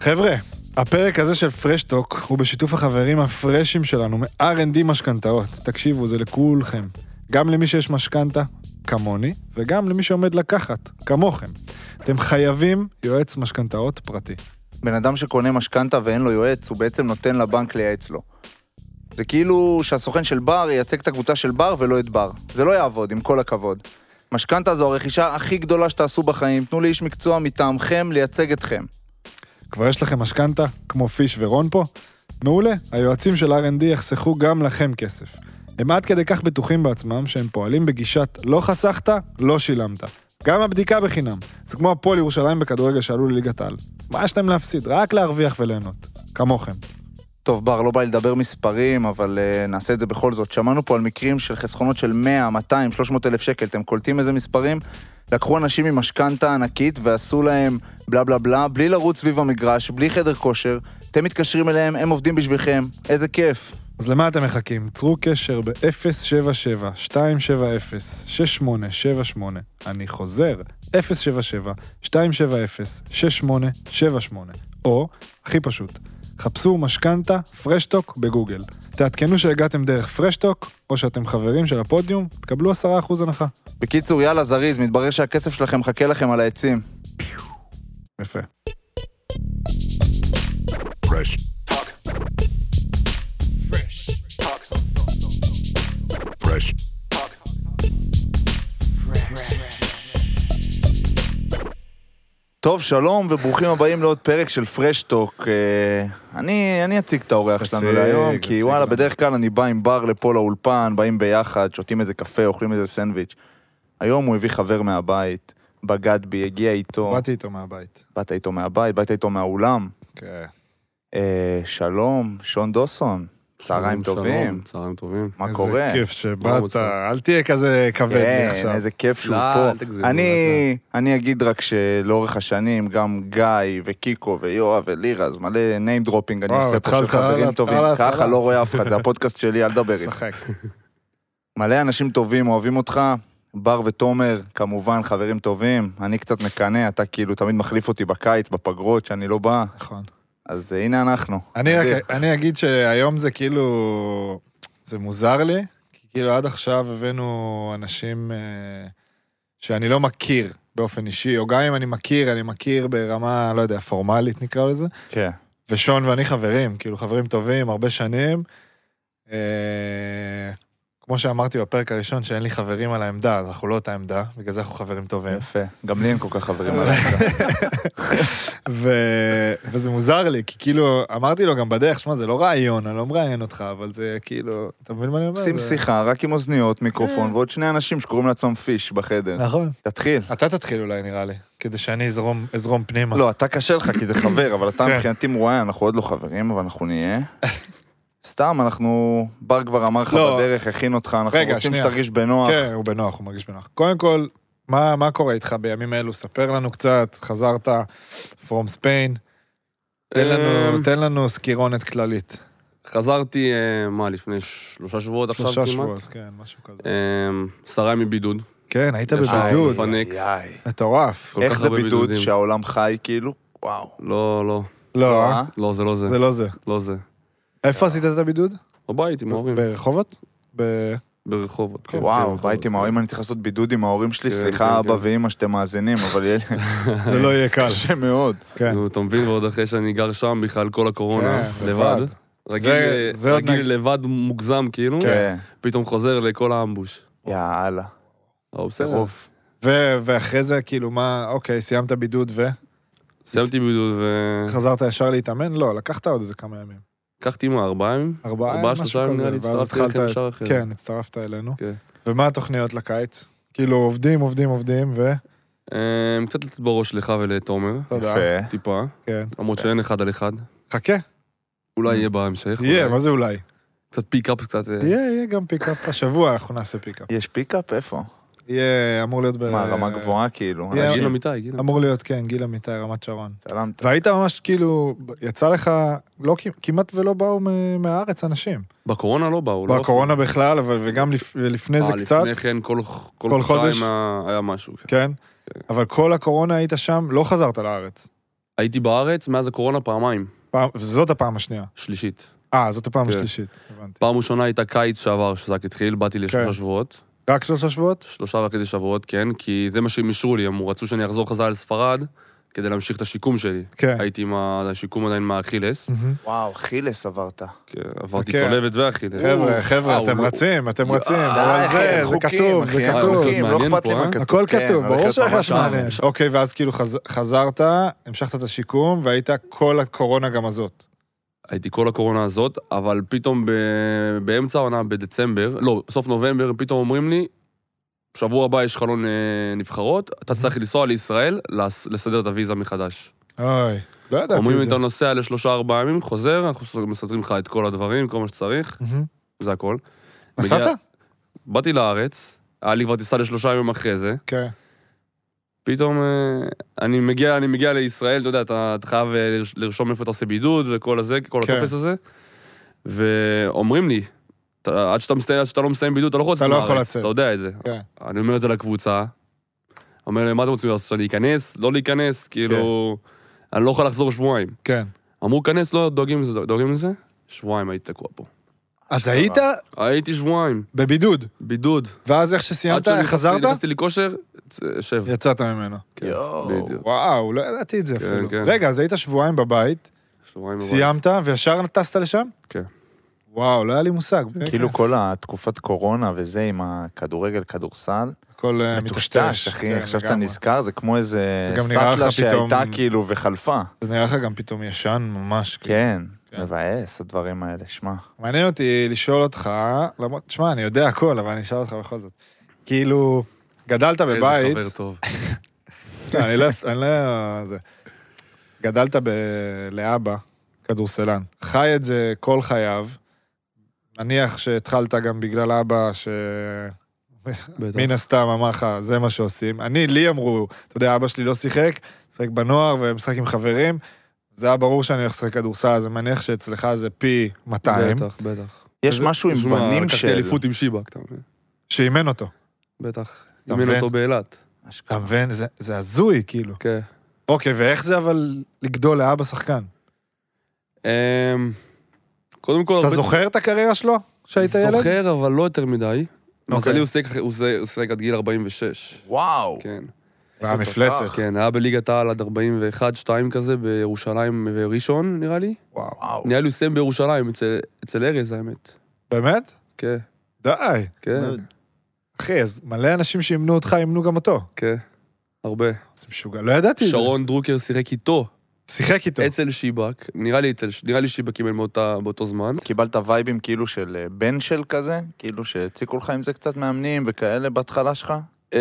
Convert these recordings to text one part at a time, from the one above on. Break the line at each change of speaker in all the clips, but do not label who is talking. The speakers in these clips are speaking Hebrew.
חבר'ה, הפרק הזה של פרשטוק הוא בשיתוף החברים הפרשים שלנו מ-R&D משכנתאות. תקשיבו, זה לכולכם. גם למי שיש משכנתה, כמוני, וגם למי שעומד לקחת, כמוכם. אתם חייבים יועץ משכנתאות פרטי.
בן אדם שקונה משכנתה ואין לו יועץ, הוא בעצם נותן לבנק לייעץ לו. זה כאילו שהסוכן של בר ייצג את הקבוצה של בר ולא את בר. זה לא יעבוד, עם כל הכבוד. משכנתה זו הרכישה הכי גדולה שתעשו בחיים, תנו לאיש מקצוע מטעמכם לייצג אתכם.
כבר יש לכם משכנתה, כמו פיש ורון פה? מעולה, היועצים של R&D יחסכו גם לכם כסף. הם עד כדי כך בטוחים בעצמם שהם פועלים בגישת לא חסכת, לא שילמת. גם הבדיקה בחינם. זה כמו הפועל ירושלים בכדורגל שעלו לליגת העל. מה יש להם להפסיד? רק להרוויח וליהנות. כמוכם.
טוב, בר, לא בא לי לדבר מספרים, אבל uh, נעשה את זה בכל זאת. שמענו פה על מקרים של חסכונות של 100, 200, 300 אלף שקל, אתם קולטים איזה מספרים? לקחו אנשים עם משכנתה ענקית ועשו להם בלה בלה בלה, בלי לרוץ סביב המגרש, בלי חדר כושר. אתם מתקשרים אליהם, הם עובדים בשבילכם, איזה כיף.
אז למה אתם מחכים? צרו קשר ב-077-270-6878. אני חוזר, 077-270-6878. או, הכי פשוט, חפשו משכנתה פרשטוק בגוגל. תעדכנו שהגעתם דרך פרשטוק, או שאתם חברים של הפודיום, תקבלו 10% הנחה.
בקיצור, יאללה, זריז, מתברר שהכסף שלכם מחכה לכם על העצים.
יפה.
טוב, שלום וברוכים הבאים לעוד פרק של פרשטוק. אני, אני אציג את האורח
תציג,
שלנו להיום, כי
תציג
וואלה,
לנו.
בדרך כלל אני בא עם בר לפה לאולפן, באים ביחד, שותים איזה קפה, אוכלים איזה סנדוויץ'. היום הוא הביא חבר מהבית, בגד בי, הגיע איתו,
באתי איתו מהבית.
באת איתו מהבית, באת איתו מהאולם.
כן.
אה, שלום, שון דוסון, צהריים
שלום,
טובים,
שלום, צהריים טובים.
מה קורה?
איזה כיף
מה
שבאת,
המצב?
אל תהיה כזה כבד לי
כן,
עכשיו.
איזה כיף שהוא
לא, אל
פה.
תגזימו,
אני, אני אגיד רק שלאורך השנים, גם גיא וקיקו ויואב ולירז, מלא name dropping אני
וואו,
עושה פה
התחלת,
של
הלאה,
חברים
הלאה,
טובים.
הלאה,
ככה
הלאה.
לא רואה אף אחד, זה הפודקאסט שלי, אל דבר איתי.
שחק.
מלא אנשים טובים אוהבים אותך, בר ותומר, כמובן, חברים טובים. אני קצת מקנא, אתה כאילו תמיד מחליף אותי בקיץ, בפגרות, שאני לא בא,
נכון.
אז אה, הנה אנחנו. אה,
אני רק,
אדיר.
אני אגיד שהיום זה כאילו, זה מוזר לי, כי כאילו עד עכשיו הבאנו אנשים אה, שאני לא מכיר באופן אישי, או גם אם אני מכיר, אני מכיר ברמה, לא יודע, פורמלית נקרא לזה,
כן.
ושון ואני חברים, כאילו חברים טובים, הרבה שנים. אה, כמו שאמרתי בפרק הראשון, שאין לי חברים על העמדה, אז אנחנו לא אותה עמדה, בגלל זה אנחנו חברים טובים.
יפה, גם לי אין כל כך חברים על הרקע.
ו... וזה מוזר לי, כי כאילו, אמרתי לו גם בדרך, שמע, זה לא רעיון, אני לא מראיין אותך, אבל זה כאילו, אתה מבין מה אני אומר?
שים
זה-
שיחה רק עם אוזניות,
כן.
מיקרופון ועוד שני אנשים שקוראים לעצמם פיש בחדר.
נכון.
תתחיל.
אתה תתחיל אולי, נראה לי, כדי שאני אזרום, אזרום פנימה.
לא, אתה קשה לך כי זה חבר, אבל אתה
כן.
מבחינתי מרואיין, אנחנו עוד לא חברים, אבל אנחנו נהיה. סתם, אנחנו... בר כבר אמר לך
לא.
בדרך, הכין אותך, אנחנו
רגע,
רוצים
שנייה.
שתרגיש בנוח.
כן, הוא בנוח, הוא מרגיש בנוח. קודם כל, מה, מה קורה איתך בימים אלו? ספר לנו קצת, חזרת from Spain, תן לנו,
אמ,
תן לנו סקירונת כללית.
חזרתי, אה, מה, לפני שלושה שבועות עכשיו
שלושה
כמעט?
שבועות, כן, משהו כזה.
אה, עשרה ימים בידוד.
כן, היית
יש
איי,
בבידוד,
איי, מפנק.
איי.
מטורף.
כל
איך
כך
זה
הרבה
בידוד
בידודים.
שהעולם חי כאילו? וואו.
לא, לא,
לא, אה?
אה?
לא, זה לא זה.
זה לא זה.
לא זה.
איפה עשית את הבידוד?
בבית עם ההורים,
ברחובות? ב-
ברחובות. כן, כן,
וואו,
ברחובות,
בית עם
כן.
ההורים, אני צריך לעשות בידוד עם ההורים שלי,
כן,
סליחה
כן,
אבא
כן.
ואימא שאתם מאזינים, אבל יהיה לי
זה לא יהיה קל.
קשה מאוד.
כן.
נו, אתה מבין, ועוד אחרי שאני גר שם בכלל כל הקורונה,
כן,
לבד.
לבד.
רגיל אה,
זה- זה עוד נג-
רגיל לבד מוגזם כאילו,
כן.
פתאום חוזר לכל האמבוש.
יאללה.
אבל בסדר.
טירוף.
ו- ואחרי זה, כאילו, מה, אוקיי, סיימת בידוד
סיימתי בידוד
וחזרת ישר להתאמן? לא, לקחת עוד איזה כמה ימים.
ולקחתי מה, ארבעה ימים?
ארבעה,
ארבעה,
משהו
שלושה ימים
כזה,
נראה לי,
ואז
הצטרפתי
התחלת-
לכם ישר אחרי.
כן, הצטרפת אלינו.
כן.
ומה התוכניות לקיץ? כאילו, עובדים, עובדים, עובדים, ו...
אה, קצת לתת בראש לך ולתומר,
תודה.
יפה.
טיפה,
כן.
למרות שאין אחד על אחד.
חכה,
אולי יהיה בהמשך.
יהיה,
אולי.
מה זה אולי?
כן. קצת פיק-אפ קצת. אה,
יהיה, יהיה גם פיקאפ. השבוע אנחנו נעשה פיקאפ.
יש פיקאפ? איפה?
יהיה, אמור להיות ב...
מה, רמה גבוהה כאילו?
יהיה-
גיל אמיתי, גיל אמיתי.
אמור להיות, כן, גיל אמיתי, רמת שרון.
צלמת.
והיית ממש כאילו, יצא לך, לא, כ- כמעט ולא באו מ- מהארץ אנשים.
בקורונה לא באו. לא?
בקורונה בכלל, אבל וגם לפ- לפני
אה,
זה קצת,
לפני כן, כל כל
כל חודש?
חודשיים היה- היה משהו. כן.
כן? אבל כל הקורונה היית שם, לא חזרת לארץ.
הייתי בארץ מאז הקורונה פעמיים,
פעם- וזאת הפעם השנייה.
שלישית.
אה, זאת הפעם
כן.
השלישית, הבנתי.
פעם ראשונה הייתה קיץ שעבר, שזק התחיל, באתי
כן.
לשלושה שבועות.
רק שלושה שבועות?
שלושה וחצי שבועות, כן, כי זה מה שהם אישרו לי, הם רצו שאני אחזור חזרה לספרד כדי להמשיך את השיקום שלי.
כן.
הייתי עם השיקום עדיין מהאכילס,
וואו, חילס עברת.
כן, עברתי
כן.
צולבת ואכילס.
חבר'ה,
אה,
חבר'ה,
הוא-
אתם רצים, אתם רצים,
די,
כן, אבל
אחי,
זה,
הם
זה
אה, חוקים,
כתוב,
אחי,
זה
הם
כתוב.
חוקים, לא
מעניין
אכפת
פה,
לי
אה?
מה כתוב.
הכל
כן,
כתוב,
אבל
ברור
כתוב
שהיה לך
ממש
מעניין.
שם.
אוקיי, ואז כאילו חז- חזרת, המשכת את השיקום, והיית כל הקורונה גם הזאת.
הייתי כל הקורונה הזאת, אבל פתאום ב... באמצע העונה, בדצמבר, לא, בסוף נובמבר, פתאום אומרים לי, שבוע הבא יש חלון אה, נבחרות, אתה צריך לנסוע לישראל, לס... לסדר את הוויזה מחדש.
אוי, לא ידעתי
אומרים לי,
את זה.
אתה נוסע לשלושה ארבעה ימים, חוזר, אנחנו מסדרים לך את כל הדברים, כל מה שצריך,
מהמם.
זה הכל. מגיע-
נסעת?
באתי לארץ, היה לי כבר טיסה לשלושה ימים אחרי זה,
כן.
פתאום אה, אני מגיע, אני מגיע לישראל, אתה יודע, אתה, אתה חייב אה, לרש- לרשום איפה אתה עושה בידוד וכל הזה, כל
כן.
הטופס הזה. ואומרים לי, אתה, עד, שאתה מסיים, עד שאתה לא מסיים בידוד, אתה לא יכול
אתה
לצאת
לא יכול
מהארץ,
לצאת.
אתה יודע את זה.
כן.
אני אומר את זה לקבוצה, אומר להם, מה אתם רוצים לעשות, שאני אכנס, לא להיכנס, כאילו, אני לא יכול לחזור שבועיים.
כן.
אמרו, כנס, לא דואגים לזה, דואגים לזה, שבועיים הייתי תקוע פה.
אז היית
הייתי שבועיים,
בבידוד,
בידוד.
ואז איך
עד
שסיימת,
שנכנסתי-
חזרת?
נכנסתי לכושר, צ- שב.
יצאת ממנו.
כן,
יואו.
בדיוק.
וואו, לא ידעתי את זה
כן,
אפילו.
כן.
רגע, אז היית שבועיים בבית,
שבועיים בבית.
סיימת, וישר טסת לשם?
כן.
וואו, לא היה לי מושג.
כאילו כל התקופת קורונה וזה עם הכדורגל, כדורסל,
הכל אה,
מטושטש,
מטושטש.
אחי,
כן,
עכשיו אתה
לגמרי.
נזכר, זה כמו איזה
זה גם נראה
סאטלה
לך פתאום-
שהייתה כאילו וחלפה.
זה נראה לך גם פתאום ישן ממש. כאילו.
כן,
כן.
מבאס הדברים האלה, שמע.
מעניין אותי לשאול אותך, למרות, תשמע, אני יודע הכל, אבל אני אשאל אותך בכל זאת. כאילו, גדלת בבית,
איזה חבר טוב.
לא, אני לא, אני לא... זה. גדלת ב... לאבא, כדורסלן, חי את זה כל חייו, נניח שהתחלת גם בגלל אבא, ש...
בטח.
מן הסתם אמר לך, זה מה שעושים. אני, לי אמרו, אתה יודע, אבא שלי לא שיחק, שיחק בנוער ומשחק עם חברים, זה היה ברור שאני הולך לשחק כדורסל, אז אני מניח שאצלך זה פי 200,
בטח, בטח.
יש משהו עם
תשמע,
בנים
לקחתי
של...
אליפות עם שיבק, אתה מבין?
שאימן אותו.
בטח.
אתה
אימן
מבין?
אותו באילת.
אתה מבין? זה- זה הזוי, כאילו.
כן.
אוקיי, ואיך זה אבל לגדול לאבא שחקן?
לא, אמ, קודם כל...
אתה
הרבה-
זוכר את הקריירה שלו כשהיית ילד?
זוכר, אבל לא יותר מדי.
אוקיי.
מזלי הוא שיחק- הוא שיחק- הוא שיחק עד גיל 46.
וואו,
כן.
אה,
איזה
והמפלצת.
תותח.
כן, היה בליגת העל עד 41-2 כזה, בירושלים וראשון, נראה לי.
וואו.
וואו.
נראה לי הוא סיים בירושלים, אצל- אצל ארז, האמת.
באמת?
כן,
די.
כן,
אחי, אז מלא אנשים שימנו אותך, ימנו גם אותו.
כן. הרבה.
זה משוגע, לא ידעתי את זה.
שרון דרוקר שיחק איתו,
שיחק איתו.
אצל שיבק. נראה לי אצל- נראה לי שיבק קיבל מאותה- באותו זמן.
קיבלת וייבים כאילו של אה, בן של כזה? כאילו שהציקו לך עם זה קצת מאמנים וכאלה בהתחלה שלך?
אמ,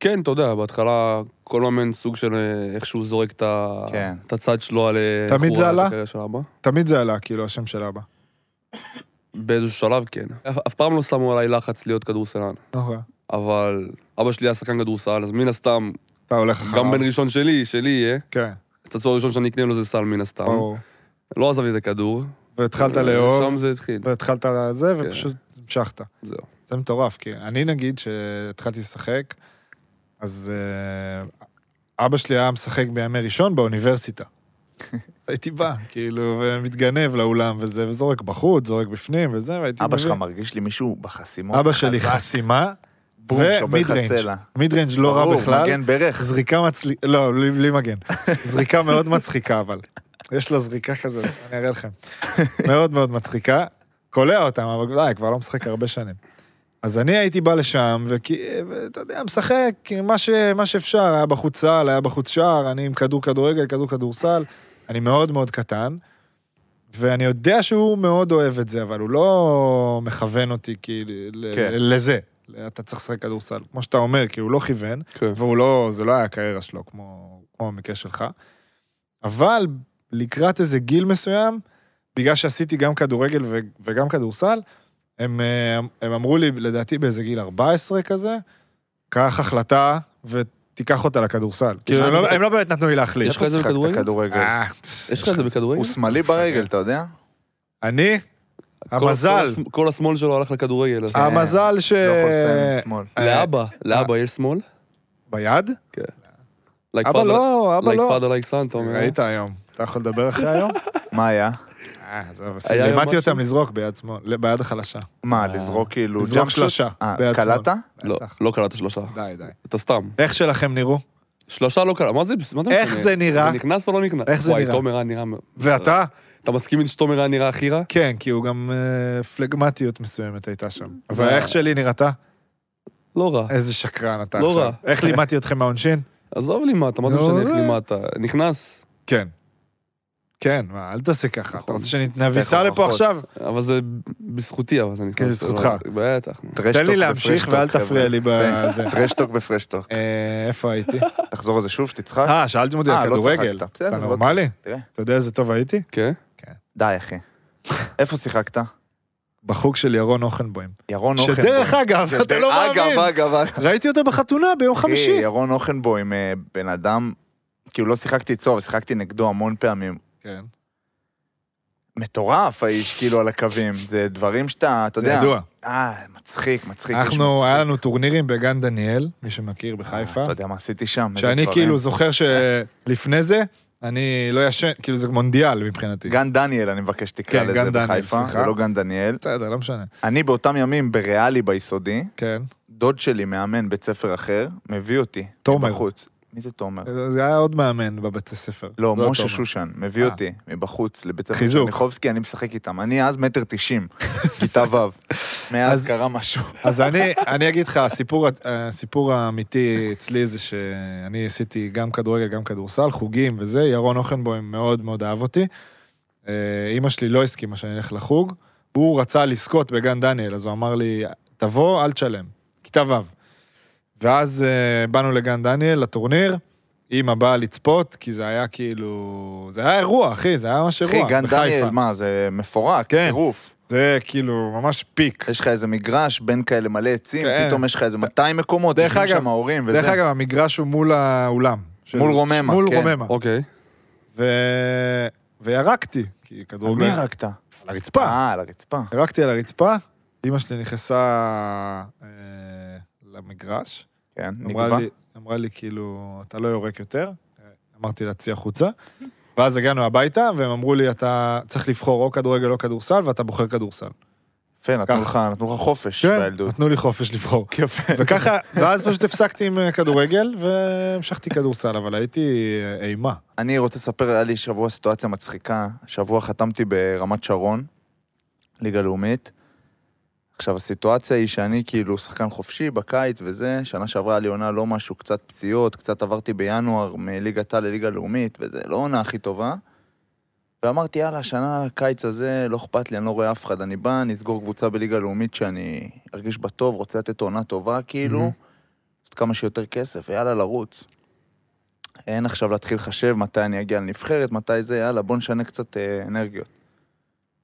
כן, אתה יודע, בהתחלה כל מאמן סוג של אה, איך שהוא זורק את ה-
כן.
את הצד שלו על... אה,
תמיד זה
איך הוא ראה את
עלה?
הקריירה של אבא.
תמיד זה עלה, כאילו, השם של אבא.
באיזשהו שלב, כן. אף- אף פעם לא שמו עליי לחץ להיות כדורסלן,
אוקיי.
אבל אבא שלי היה שחקן כדורסל, אז מן הסתם,
אתה הולך אחריו.
גם בן ראשון שלי, שלי יהיה,
כן,
את הצור הראשון שאני אקנה לו זה סל מן הסתם.
ברור.
לא עזב לי את הכדור. אה,
והתחלת
אה,
שם
לאהוב,
זה התחיל.
והתחלת זה,
כן.
ופשוט המשכת.
זהו.
זה מטורף, כי אני נגיד שהתחלתי לשחק, אז אה, אבא שלי היה משחק בימי ראשון באוניברסיטה. הייתי בא, כאילו, ומתגנב לאולם וזה, וזורק בחוץ, זורק בפנים וזה, והייתי
אבא שלך
מביא.
מרגיש לי מישהו בחסימות.
אבא שלי
חזק,
חסימה,
בום, שובר לך
ומיד-ריינג'.
צלע.
מיד ריינג' לא רע
ברור,
בכלל.
מגן ברך.
זריקה מצליקה, לא, בלי, בלי מגן. זריקה מאוד מצחיקה, אבל. יש לו זריקה כזאת, אני אראה לכם. מאוד מאוד מצחיקה. קולע אותם, אבל די, כבר לא משחק הרבה שנים. אז אני הייתי בא לשם, וכי, ואתה יודע, משחק מה, ש, מה שאפשר, היה בחוץ סל, היה בחוץ שער, אני עם כדור כדורגל, כדור כדורסל, אני מאוד מאוד קטן, ואני יודע שהוא מאוד אוהב את זה, אבל הוא לא מכוון אותי כאילו ל-
כן.
לזה. אתה צריך לשחק כדורסל, כמו שאתה אומר, כי הוא לא כיוון.
כן.
והוא לא, זה לא היה הקריירה שלו, כמו, כמו במקרה שלך. אבל לקראת איזה גיל מסוים, בגלל שעשיתי גם כדורגל ו, וגם כדורסל, הם, אה, הם אמרו לי, לדעתי באיזה גיל 14 כזה, קח החלטה ותיקח אותה לכדורסל. כאילו, הם, לא, הם לא באמת נתנו לי להחליט.
יש לך איזה
שיחקת
בכדורגל?
כדורגל.
אה,
יש לך את זה בכדורגל?
הוא שמאלי ברגל, אתה יודע? לא
אני,
כל- כל
המזל,
השמאל- כל השמאל שלו הלך לכדורגל. אז-
אה,
המזל ש...
לא יכול לסיים עם שמאל.
אה,
לאבא, לאבא יש שמאל?
ביד?
כן. Like
אבא
father-
לא, אבא
Like
לא.
father like son, אתה אומר.
ראית היום. אתה יכול לדבר אחרי היום?
מה היה?
אה, עזוב,
היה היום
לימדתי
משהו?
אותם לזרוק ביד שמאל, ביד החלשה.
מה, לזרוק כאילו
לזרוק
jump shot?
שלושה,
אה,
ביד שמאל.
קלעת?
לא,
בטח.
לא קלעת שלושה.
די, די.
אתה סתם.
איך שלכם נראו?
שלושה לא קלע, מה זה, מה זה משנה?
איך זה נראה?
זה נכנס או לא נכנס?
איך זה נראה?
וואי, תומר היה נראה... מ-
ואתה?
אתה מסכים עם שתומר היה נראה הכי רע?
כן, כי הוא גם אה, פלגמטיות מסוימת הייתה שם. אבל איך שלי נראתה?
לא רע.
איזה שקרן אתה
לא
עכשיו.
רע.
איך לימדתי אתכם מהעונשין?
עזוב לי מה אתה, מה זה
לא
משנה איך
רע.
לי מה אתה? נכנס,
כן. כן, מה, אל תעשה ככה. אתה
נכון.
רוצה שנביסה לפה
ברכות.
עכשיו?
אבל זה בזכותי, אבל זה נכנס.
כן, בזכותך.
לא, בטח.
תן לי להמשיך ואל תפריע לי בזה.
טרשטוק בפרשטוק.
אה, איפה הייתי?
תחזור על זה שוב, תצחק.
אה, שאלתם אותי
אה,
על
לא
כדורגל.
צחקת. בסדר,
אתה
לא
נורמלי?
תראה.
אתה יודע איזה טוב הייתי?
כן?
די, אחי. איפה שיחקת?
בחוג של ירון אוכנבוים.
ירון אוכנבוים.
שדרך אגב, אתה לא מאמין.
אגב, אה, אגב, אגב.
ראיתי אותו בחתונה ביום
אחי,
חמישי.
ירון אוכנבוים, אה, בן אדם, כאילו לא שיחקתי איתו, אבל שיחקתי נגדו המון פעמים.
כן.
מטורף האיש, כאילו, על הקווים. זה דברים שאתה, אתה
זה
יודע...
ידוע.
אה, מצחיק, מצחיק. איש
אנחנו,
מצחיק. אה,
היה לנו טורנירים בגן דניאל, מי שמכיר, בחיפה.
אתה יודע מה עשיתי שם? איזה
שאני
דברים.
כאילו זוכר שלפני זה, אני לא ישן, כאילו זה מונדיאל מבחינתי.
גן דניאל, אני מבקש שתקרא
כן,
לזה
גן דניאל,
בחיפה,
סליחה.
זה לא גן דניאל.
בסדר, לא משנה.
אני באותם ימים בריאלי ביסודי,
כן.
דוד שלי, מאמן בית ספר אחר, מביא אותי.
תומר.
מבחוץ. מי זה תומר?
זה היה עוד מאמן בבתי ספר.
לא, משה
תומר.
שושן, מביא
אה.
אותי מבחוץ לבית הספר
חיזוק.
שניחובסקי, אני משחק איתם. אני אז מטר תשעים, כיתה ו'.
אז-
מאז קרה משהו.
אז אני, אני אגיד לך, הסיפור, אה, הסיפור האמיתי אצלי זה שאני עשיתי גם כדורגל, גם כדורסל, חוגים וזה, ירון אוכנבוים מאוד מאוד אהב אותי. אה, אימא שלי לא הסכימה שאני אלך לחוג, הוא רצה לזכות בגן דניאל, אז הוא אמר לי, תבוא, אל תשלם. כיתה ו'. ואז אה, באנו לגן דניאל, לטורניר, אימא באה לצפות, כי זה היה כאילו... זה היה אירוע, אחי, זה היה ממש אירוע,
אחי,
בחיפה.
גן דניאל, מה, זה מפורק,
כן.
טירוף.
זה כאילו ממש פיק.
יש לך איזה מגרש, בין כאלה מלא עצים,
כן.
פתאום יש לך איזה 200 מקומות,
דרך
יושבים
אגב-
שם ההורים וזה.
דרך אגב, המגרש הוא מול האולם. של-
מול רוממה,
מול
כן.
רוממה.
אוקיי.
ו... וירקתי, כי
על
כדורגל...
מי הרגת?
על הרצפה.
אה, על הרצפה.
ירקתי על הרצפה, אמא שלי נכנסה אה, למגרש.
כן,
אמרה
נגבה.
לי, אמרה לי, כאילו, אתה לא יורק יותר. אמרתי לה, צאי החוצה. ואז הגענו הביתה, והם אמרו לי, אתה צריך לבחור או כדורגל או כדורסל, ואתה בוחר כדורסל.
יפה, נתנו לך
ככה.
נתנו לך חופש
כן,
בילדות.
נתנו לי חופש לבחור.
יפה.
וככה, ואז פשוט הפסקתי עם אה, כדורגל, והמשכתי כדורסל, אבל הייתי אה, אימה.
אני רוצה לספר, היה לי שבוע סיטואציה מצחיקה. שבוע חתמתי ברמת שרון, ליגה לאומית. עכשיו, הסיטואציה היא שאני כאילו שחקן חופשי בקיץ וזה, שנה שעברה היה לי עונה לא משהו, קצת פציעות, קצת עברתי בינואר מליגת העל לליגה לאומית, וזה לא עונה הכי טובה. ואמרתי, יאללה, השנה, הקיץ הזה, לא אכפת לי, אני לא רואה אף אחד, אני בא, נסגור קבוצה בליגה לאומית שאני ארגיש בה טוב, רוצה לתת עונה טובה, כאילו, לעשות כמה שיותר כסף, ויאללה, לרוץ. אין עכשיו להתחיל לחשב מתי אני אגיע לנבחרת, מתי זה, יאללה, בוא נשנה קצת אה, אנרגיות.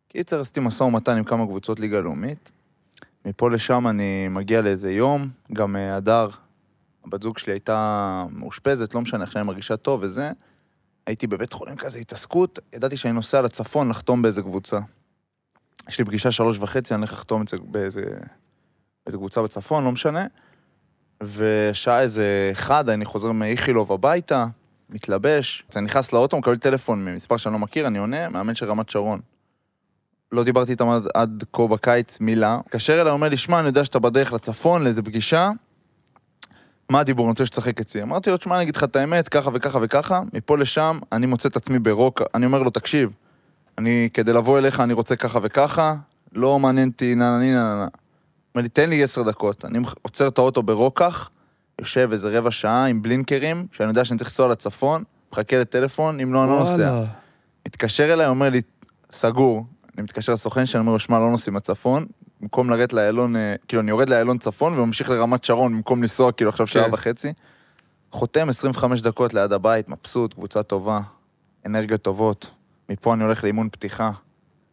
קיצר, עשיתי משא ומתן עם כמה קבוצות ליגה לאומית. מפה לשם אני מגיע לאיזה יום, גם אה, הדר, הבת זוג שלי הייתה מאושפזת, לא משנה, עכשיו היא מרגישה טוב וזה. הייתי בבית חולים כזה התעסקות, ידעתי שאני נוסע לצפון לחתום באיזה קבוצה. יש לי פגישה שלוש וחצי, אני הולך לחתום את זה באיזה, באיזה קבוצה בצפון, לא משנה. ושעה איזה אחד, אני חוזר מאיכילוב הביתה, מתלבש, אני נכנס לאוטו, מקבל טלפון ממספר שאני לא מכיר, אני עונה, מאמן של רמת שרון. לא דיברתי איתם עד, עד כה בקיץ מילה. התקשר אליי, אומר לי, שמע, אני יודע שאתה בדרך לצפון, לאיזה פגישה, מה הדיבור, אני רוצה שתשחק אצלי. אמרתי לו, שמע, אני אגיד לך את האמת, ככה וככה וככה, מפה לשם, אני מוצא את עצמי ברוק, אני אומר לו, תקשיב, אני, כדי לבוא אליך, אני רוצה ככה וככה, לא מעניין אותי, נה נה נה נה נה. אומר לי, תן לי עשר דקות. אני מח- עוצר את האוטו ברוקח, יושב איזה רבע שעה עם בלינקרים, שאני יודע שאני צריך לנסוע לצפון, מחכה לטלפון, אם לא, אני לא נוסע.
וואלה.
מתקשר אליי, אומר לי, סגור. אני מתקשר לסוכן שאני אומר לו, שמע, לא נוסעים לצפון. במקום לרדת לאיילון, אה, כאילו, אני יורד לאיילון צפון וממשיך לרמת שרון, במקום לנסוע כאילו עכשיו שעה
כן.
וחצי. חותם 25 דקות ליד הבית, מבסוט, קבוצה טובה, אנרגיות טובות. מפה אני הולך לאימון פתיחה.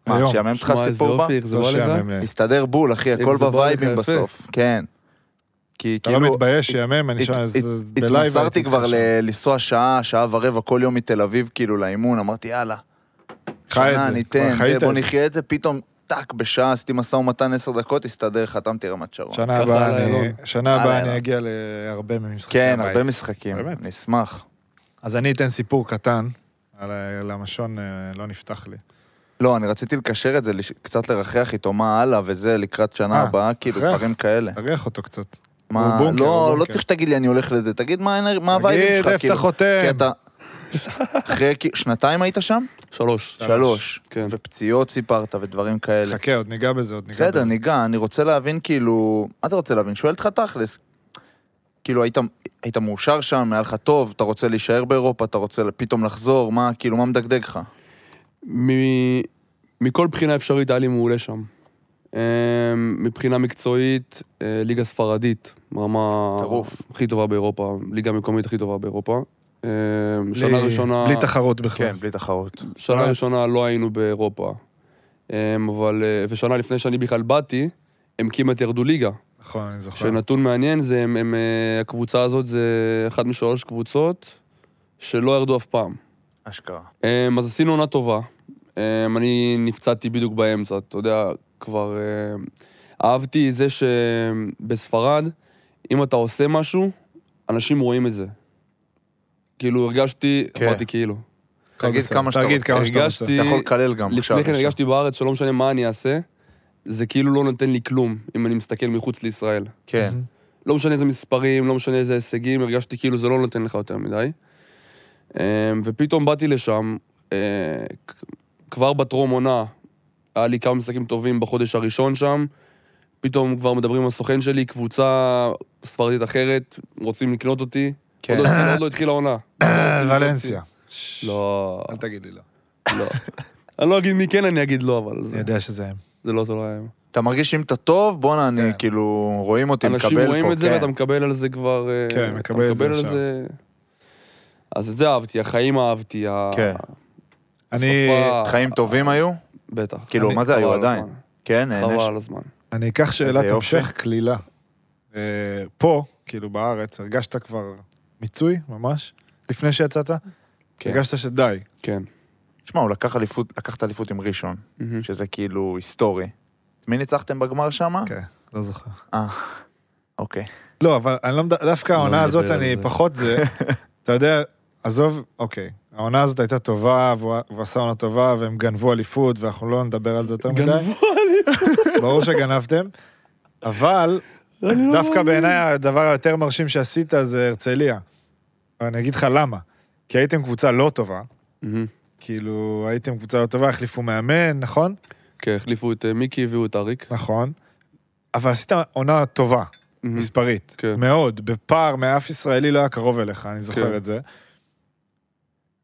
מה,
היום.
שיאמן אותך
שמע, איזה
הסיפור בה?
אופי, איך זה
לא
בא לך?
שיאמם לי.
הסתדר בול, אחי,
איך
הכל
זה בא לך
בווייבים
יפה.
בסוף. כן. כי
אתה לא
כאילו,
מתבייש, יאמם, אני
הת-
שם,
הת-
זה בלייב.
התמסרתי
הייתי
כבר
איתך
ל- לנסוע שעה, שעה ורבע כל יום מתל אביב, כאילו, לאימון, אמרתי, יאללה.
שם. חי את
שנה
זה,
ניתן,
כבר חיית
בוא
את זה.
נחיה את זה, פתאום, טאק, בשעה עשיתי משא ומתן עשר דקות, הסתדר, חתמתי רמת שרון.
שנה
ככה
הבאה
על
אני-
איילון.
שנה
על
הבאה
איילון.
אני אגיע להרבה ממשחקי
כן,
הבית.
הרבה משחקים,
באמת.
אני אשמח.
אז אני אתן סיפור קטן, על ה- למה שון אה, לא נפתח לי.
לא, אני רציתי לקשר את זה, לש- קצת לרחח איתו מה הלאה וזה, לקראת שנה
אה,
הבאה, כאילו,
רחח.
דברים כאלה.
תריח אותו קצת.
אה, מה,
בונקר, הוא
לא, לא
בונקר.
צריך שתגיד לי, אני הולך לזה, תגיד מה האנר- מה הווייבים שלך,
תגיד, איפה
כאילו.
אתה
כי
חותם?
אתה... אחרי כי- שנתיים היית שם?
שלוש.
שלוש.
כן.
ופציעות סיפרת ודברים כאלה.
חכה, עוד ניגע בזה, עוד ניגע
בסדר,
בזה.
ניגע, אני רוצה להבין כאילו... מה אתה רוצה להבין? שואל אותך תכלס. כאילו, היית, היית מאושר שם, היה לך טוב, אתה רוצה להישאר באירופה, אתה רוצה פתאום לחזור, מה, כאילו, מה מדגדג לך?
מ- מכל בחינה אפשרית היה לי מעולה שם. אמ, מבחינה מקצועית, אה, ליגה ספרדית, רמה...
טירוף.
הכי טובה באירופה, ליגה מקומית הכי טובה באירופה. אמ, שנה
בלי-
ראשונה...
כן, בלי תחרות בכלל.
בלי תחרות.
שנה
באמת?
ראשונה לא היינו באירופה. אמ, אבל... אה, ושנה לפני שאני בכלל באתי, הם כמעט ירדו ליגה.
נכון, אני זוכר.
שנתון מעניין זה, הם, הם, אה, הקבוצה הזאת זה אחת משלוש קבוצות שלא ירדו אף פעם.
אשכרה.
אמ, אז עשינו עונה טובה. אמ, אני נפצעתי בדיוק באמצע, אתה יודע, כבר... אמ, אהבתי את זה שבספרד, אם אתה עושה משהו, אנשים רואים את זה. כאילו, הרגשתי,
כן.
אמרתי כאילו.
הכל
תגיד
בסדר.
כמה שאתה
תגיד
רוצה.
כמה שאתה
הרגשתי-
רוצה.
אתה יכול לקלל גם עכשיו.
אה, לפני כן
עכשיו.
הרגשתי בארץ שלא משנה מה אני אעשה, זה כאילו לא נותן לי כלום אם אני מסתכל מחוץ לישראל.
כן.
לא משנה איזה מספרים, לא משנה איזה הישגים, הרגשתי כאילו זה לא נותן לך יותר מדי. אמ, ופתאום באתי לשם, אה, כ- כבר בטרום עונה, היה לי כמה משחקים טובים בחודש הראשון שם, פתאום כבר מדברים עם הסוכן שלי, קבוצה ספרדית אחרת, רוצים לקנות אותי.
כן.
עוד לא התחילה- עוד לא התחילה העונה.
ולנסיה.
לא,
אל תגיד לי לא.
לא. אני לא אגיד מי כן, אני אגיד לא, אבל
אני
זה-
יודע שזה הם.
זה לא, זה לא היה.
אתה מרגיש שאם אתה טוב, בואנה, אני
כן.
כאילו, רואים אותי, מקבל פה,
אנשים רואים את זה
כן.
ואתה מקבל על זה כבר... אה,
כן,
אתה
מקבל את זה
על
ישר.
זה... אז את זה אהבתי, החיים אהבתי, ה-
כן.
אני...
השפה-
חיים טובים היו?
בטח.
כאילו,
אני-
מה זה היו
חבל על
עדיין?
הזמן.
כן, נהנה.
חבל
ש-
על הזמן.
אני אקח שאלת
איזה יופי.
המשך קלילה. אה, פה, כאילו בארץ, הרגשת כבר מיצוי, ממש, לפני שיצאת?
כן.
הרגשת שדי.
כן.
שמע, הוא לקח אליפות, לקח את האליפות עם ראשון,
מהמם.
שזה כאילו היסטורי. את מי ניצחתם בגמר שם?
כן, לא זוכר.
אה, אוקיי.
לא, אבל אני לא... מד- דווקא
לא
העונה הזאת,
נדבר על
אני
זה.
פחות זה. אתה יודע, עזוב, אוקיי. העונה הזאת הייתה טובה, והוא והוא עשה עונה טובה, והם גנבו אליפות, ואנחנו לא נדבר על זה יותר מדי.
גנבו
ברור שגנבתם. אבל דווקא בעיניי הדבר היותר מרשים שעשית זה הרצליה. אני אגיד לך למה. כי הייתם קבוצה לא טובה,
מהמם.
כאילו, הייתם קבוצה לא טובה, החליפו מאמן, נכון?
כן, החליפו את אה, מיקי, הביאו את אריק.
נכון. אבל עשית עונה טובה,
מהמם.
מספרית.
כן.
מאוד, בפער מאף ישראלי לא היה קרוב אליך, אני
כן.
זוכר את זה.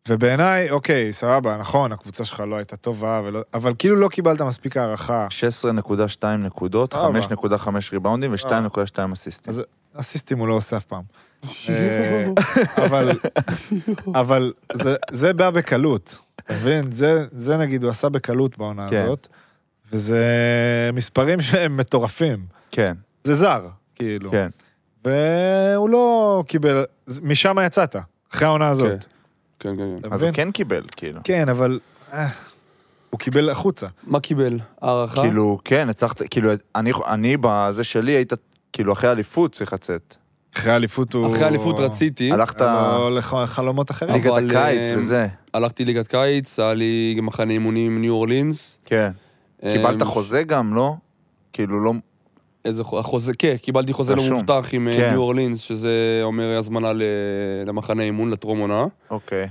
ובעיניי, אוקיי, סבבה, נכון, הקבוצה שלך לא הייתה טובה, ולא- אבל כאילו לא קיבלת מספיק הערכה.
16.2
אה,
נקודות,
ארבע.
5.5 ריבאונדים ו-2.2 אסיסטים.
אז- אסיסטים הוא לא עושה אף פעם. אה, אבל, אבל זה, זה בא בקלות, אתה מבין? זה, זה נגיד הוא עשה בקלות בעונה
כן.
הזאת, וזה מספרים שהם מטורפים.
כן,
זה זר, כאילו.
כן.
והוא לא קיבל, זה- משם יצאת, אחרי העונה הזאת.
כן, כן, כן.
אתה
אז הוא
מבין?
כן קיבל, כאילו.
כן, אבל אה, הוא קיבל החוצה.
מה קיבל? הערכה?
כאילו, כן, הצלחת, כאילו, אני- אני בזה שלי היית, כאילו, אחרי האליפות צריך לצאת.
אחרי האליפות הוא...
אחרי אליפות רציתי,
הלכת
היה לו לא לח- חלומות אחרים.
ליגת
אה, אבל,
הקיץ
אה,
וזה.
הלכתי ליגת קיץ, היה לי גם מחנה אימונים ניו אורלינס.
כן. קיבלת
אה,
חוזה גם, לא? כאילו, לא...
איזה חו- החוזה, כן, קיבלתי חוזה לא
רשום.
מובטח עם אה,
כן.
ניו אורלינס, שזה אומר הזמנה ל- למחנה אימון, לטרום עונה,
אוקיי.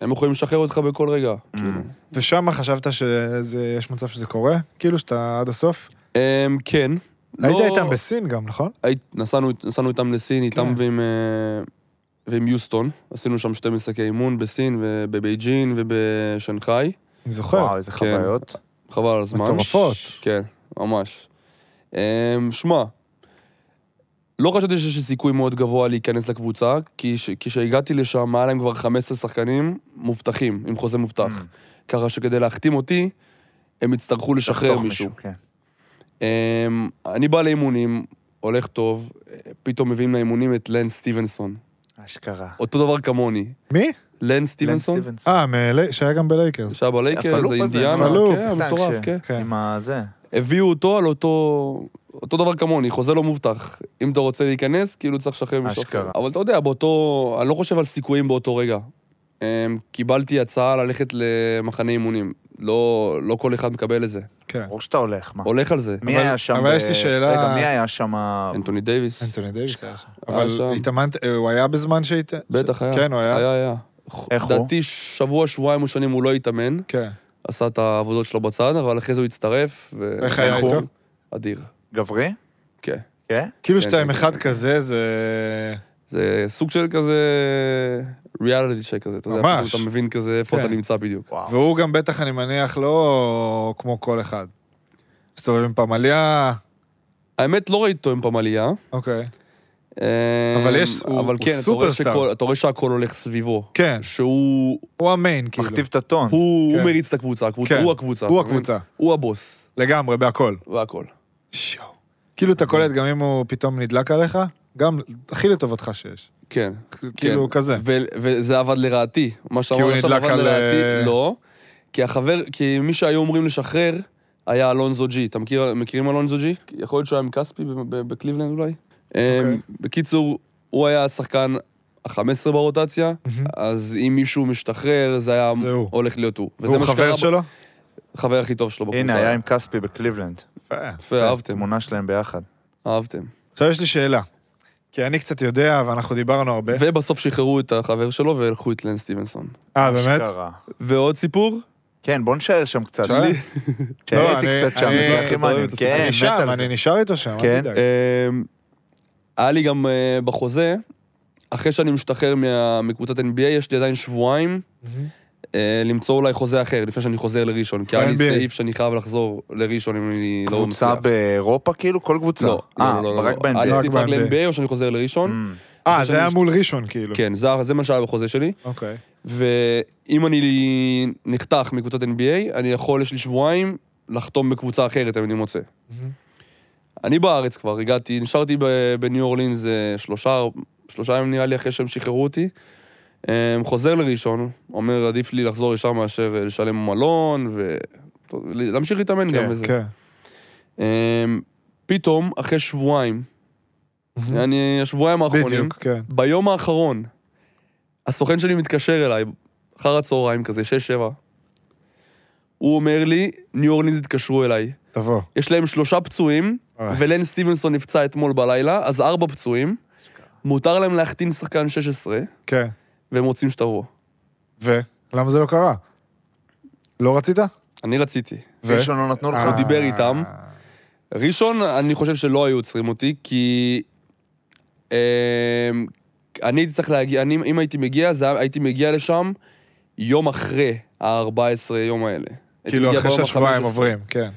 והם יכולים לשחרר אותך בכל רגע. כאילו.
ושם חשבת שיש מצב שזה קורה? כאילו שאתה עד הסוף?
אמ, כן.
היית
לא-
איתם כן. בסין גם, נכון?
היית- נסענו נסענו איתם לסין, איתם ועם, אה, ועם יוסטון. עשינו שם שתי משחקי אימון בסין ובבייג'ין ובשנגחאי.
אני זוכר.
וואו, איזה
כן.
חוויות.
חבל על הזמן.
מטורפות.
כן, ממש. אמ, שמע, לא חשבתי שיש לי סיכוי מאוד גבוה להיכנס לקבוצה, כי ש- כי כשהגעתי לשם, היה להם כבר 15 שחקנים מובטחים, עם חוזה מובטח. ככה שכדי להחתים אותי, הם יצטרכו לשחרר
לחתוך
מישהו.
כן.
אמ, אני בא לאימונים, הולך טוב, אה, פתאום מביאים לאימונים את לנס סטיבנסון.
אשכרה.
אותו דבר כמוני.
מי?
לנס סטיבנסון,
סטיבנסון.
אה, מ- שהיה גם בלייקרס.
שהיה בלייקר,
הפלופ
כן, זה
הזה,
אינדיאנה,
הפלופ.
כן,
קטן
מטורף,
ש-
כן.
כן.
עם הזה.
הביאו אותו על אותו... אותו דבר כמוני, חוזה לא מובטח. אם אתה רוצה להיכנס, כאילו צריך לשחרר מישהו אחר.
אשכרה.
אבל אתה יודע, באותו... אני לא חושב על סיכויים באותו רגע. אמ, קיבלתי הצעה ללכת למחנה אימונים. לא, לא כל אחד מקבל את זה.
כן.
ברור שאתה הולך, מה?
הולך על זה.
מי
אבל-
היה שם?
אבל יש לי
ב-
שאלה-
רגע, מי היה שם? ה-
אנטוני דייוויס.
אנטוני דייוויס היה שם.
היה
אבל
שם.
התאמנת, אה, הוא היה בזמן שהת...
בטח היה.
כן, הוא היה.
היה, היה.
איך הוא?
לדעתי שבוע, שבועיים ראשונים הוא לא התאמן,
כן.
עשה את העבודות שלו בצד, אבל אחרי זה הוא הצטרף, ו...
איך היה
איך הוא?
איתו?
אדיר.
גברי?
כן.
כן?
כאילו
כן,
שאתה עם
כן,
אחד
כן.
כזה, זה...
זה סוג של כזה ריאליטי צ'ק כזה, אתה יודע,
ממש.
פתאום אתה מבין כזה איפה
כן.
אתה נמצא בדיוק.
וואו.
והוא גם בטח, אני מניח, לא כמו כל אחד. מסתובב עם פמליה,
האמת, לא ראיתי אותו עם פמליה.
אוקיי.
אה,
אבל יש- הוא-
אבל
הוא
כן, אתה רואה
סופרסטאר.
שכל- אתה רואה שהכל הולך סביבו.
כן.
שהוא
הוא המיין, כאילו.
מכתיב את הטון.
הוא
כן.
הוא מריץ את הקבוצה, הקבוצה-
כן.
הוא הקבוצה.
הוא
אתה מבין?
הקבוצה.
הוא הבוס,
לגמרי, בהכל.
והכל.
שואו. כאילו אתה קולט, גם אם הוא פתאום נדלק עליך, גם הכי לטובתך שיש.
כן.
כאילו, כזה.
ו- וזה עבד לרעתי. מה
הוא
שאמרנו עכשיו
נדלק
עבד
על, אה,
לרעתי, לא. כי החבר, כי מי שהיו אומרים לשחרר, היה אלונזו ג'י. אתה מכיר, מכירים אלונזו ג'י? יכול להיות שהוא היה עם כספי ב- ב- בקליבלנד אולי.
אוקיי.
אמ, בקיצור, הוא היה השחקן ה-15 ברוטציה, אז אם מישהו משתחרר, זה היה
זה הוא.
הולך להיות הוא. וזה
והוא
מה שקרה
חבר
ב-
שלו?
חבר הכי טוב שלו בקבוצה.
הנה, היה עם כספי בקליבלנד.
יפה, אהבתם,
תמונה שלהם ביחד.
אהבתם.
עכשיו יש לי שאלה. כי אני קצת יודע, ואנחנו דיברנו הרבה.
ובסוף שחררו את החבר שלו והלכו את לן סטיבנסון.
אה, באמת?
אשכרה.
ועוד סיפור?
כן, בוא נשאר שם קצת.
שאלה?
תשאר
לא, אני-
איתי קצת שם,
אני-
זה הכי מעניין. כן,
אני
מת
שם,
על זה.
אני נשאר איתו שם, אל
כן.
תדאג.
אמ, היה לי גם אה, בחוזה, אחרי שאני משתחרר מה- מקבוצת NBA, יש לי עדיין שבועיים אה, למצוא אולי חוזה אחר, לפני שאני חוזר לראשון. כי היה לי
ב-NBA.
סעיף שאני חייב לחזור לראשון אם אני לא
קבוצה
מצליח.
באירופה כאילו? כל קבוצה?
לא, לא,
אה,
לא, לא,
רק
לא. היה לי
ב-NBA.
סעיף
רק
רק
ב-NBA.
ל-NBA או שאני חוזר לראשון.
Mm.
אה, זה היה
שאני-
מול ראשון, כאילו.
כן, זה זה מה שהיה בחוזה שלי.
אוקיי.
ואם אני נחתך מקבוצת NBA, אני יכול, יש לי שבועיים, לחתום בקבוצה אחרת אם אני מוצא. אני בארץ כבר, הגעתי, נשארתי ב- בניו אורלינס אה, שלושה, שלושה ימים נראה לי אחרי שהם שחררו אותי. אה, חוזר לראשון, אומר, עדיף לי לחזור ישר מאשר אה, לשלם מלון, ולהמשיך להתאמן גם
כן,
וזה.
כן.
אה, פתאום, אחרי שבועיים, אני, השבועיים האחרונים,
בדיוק, כן.
ביום האחרון, הסוכן שלי מתקשר אליי, אחר הצהריים כזה, 6-7. הוא אומר לי, ניו אורלינס התקשרו אליי.
תבוא.
יש להם שלושה פצועים,
אוי.
ולן סטיבנסון נפצע אתמול בלילה, אז ארבע פצועים. מותר להם להחתים שחקן 16,
כן.
והם רוצים שתבוא.
ו? למה זה לא קרה? לא רצית?
אני רציתי.
ו?
ראשון לא נתנו לך.
אה,
הוא דיבר איתם. ראשון, אני חושב שלא היו עוצרים אותי, כי... אה, אני הייתי צריך להגיע, אני, אם הייתי מגיע, זה, היה- הייתי מגיע לשם יום אחרי ה-14 יום האלה. הייתי
כאילו,
מגיע
אחרי
ביום
שהשבועיים
ה-15.
עוברים, כן.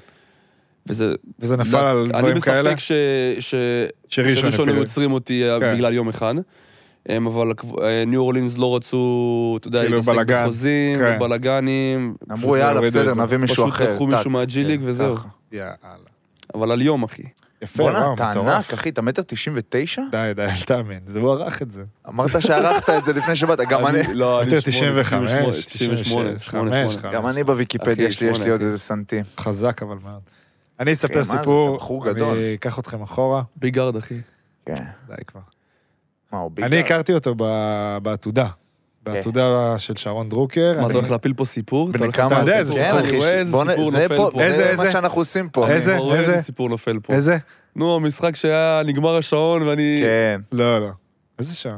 וזה...
וזה נפל על
לא, אני
דברים כאלה?
בספק ש... ש...
שראשון
שראשון היו
הפילו.
עוצרים אותי אה,
כן.
בגלל יום אחד. הם, אבל הקב- אה, ניו אורלינס לא רצו, אתה יודע,
כאילו,
להתעסק
בלגן.
בחוזים,
כן.
בלאגנים.
אמרו יאללה,
הורידו את
בסדר,
זה.
נביא מישהו
פשוט
אחר.
לקחו
טאק.
מישהו מהג'יליק
כן,
וזהו.
ככה.
יאללה.
אבל על יום, אחי.
יפה,
בואנה,
וואו,
אתה
מטורף.
ענק, אחי, אתה מטר 99?
די, די, אל תאמין. זה הוא ערך את זה.
אמרת שערכת את זה לפני שבאת, גם אני...
לא,
מטר
שמונה,
95,
98,
98,
88.
גם אני בוויקיפדיה
אחי,
שלי, יש לי
שמונה,
עוד
אחי.
איזה סנטים.
חזק אבל מאוד. אני
אחי,
אספר
מה זה, אתה
סיפור,
בחור גדול.
אני אקח אתכם אחורה,
ביגארד, אחי.
כן.
די כבר.
מה, הוא בעיקר? כן.
אני הכרתי אותו ב- בעתודה, בעתודה של שרון דרוקר.
מה,
אני-
אתה הולך להפיל פה סיפור? אתה
בן
הולך
כמה?
אתה יודע, איזה
להפיל פה
כן,
סיפור.
אחי,
סיפור? רואה איזה
בוא נ-
סיפור
זה
נופל
פה,
פה.
איזה,
זה מה
איזה?
שאנחנו עושים פה. אחי.
איזה?
אתה רואה איזה סיפור נופל פה.
איזה?
נו, המשחק שהיה, נגמר השעון ואני...
כן.
לא, לא. איזה שעה?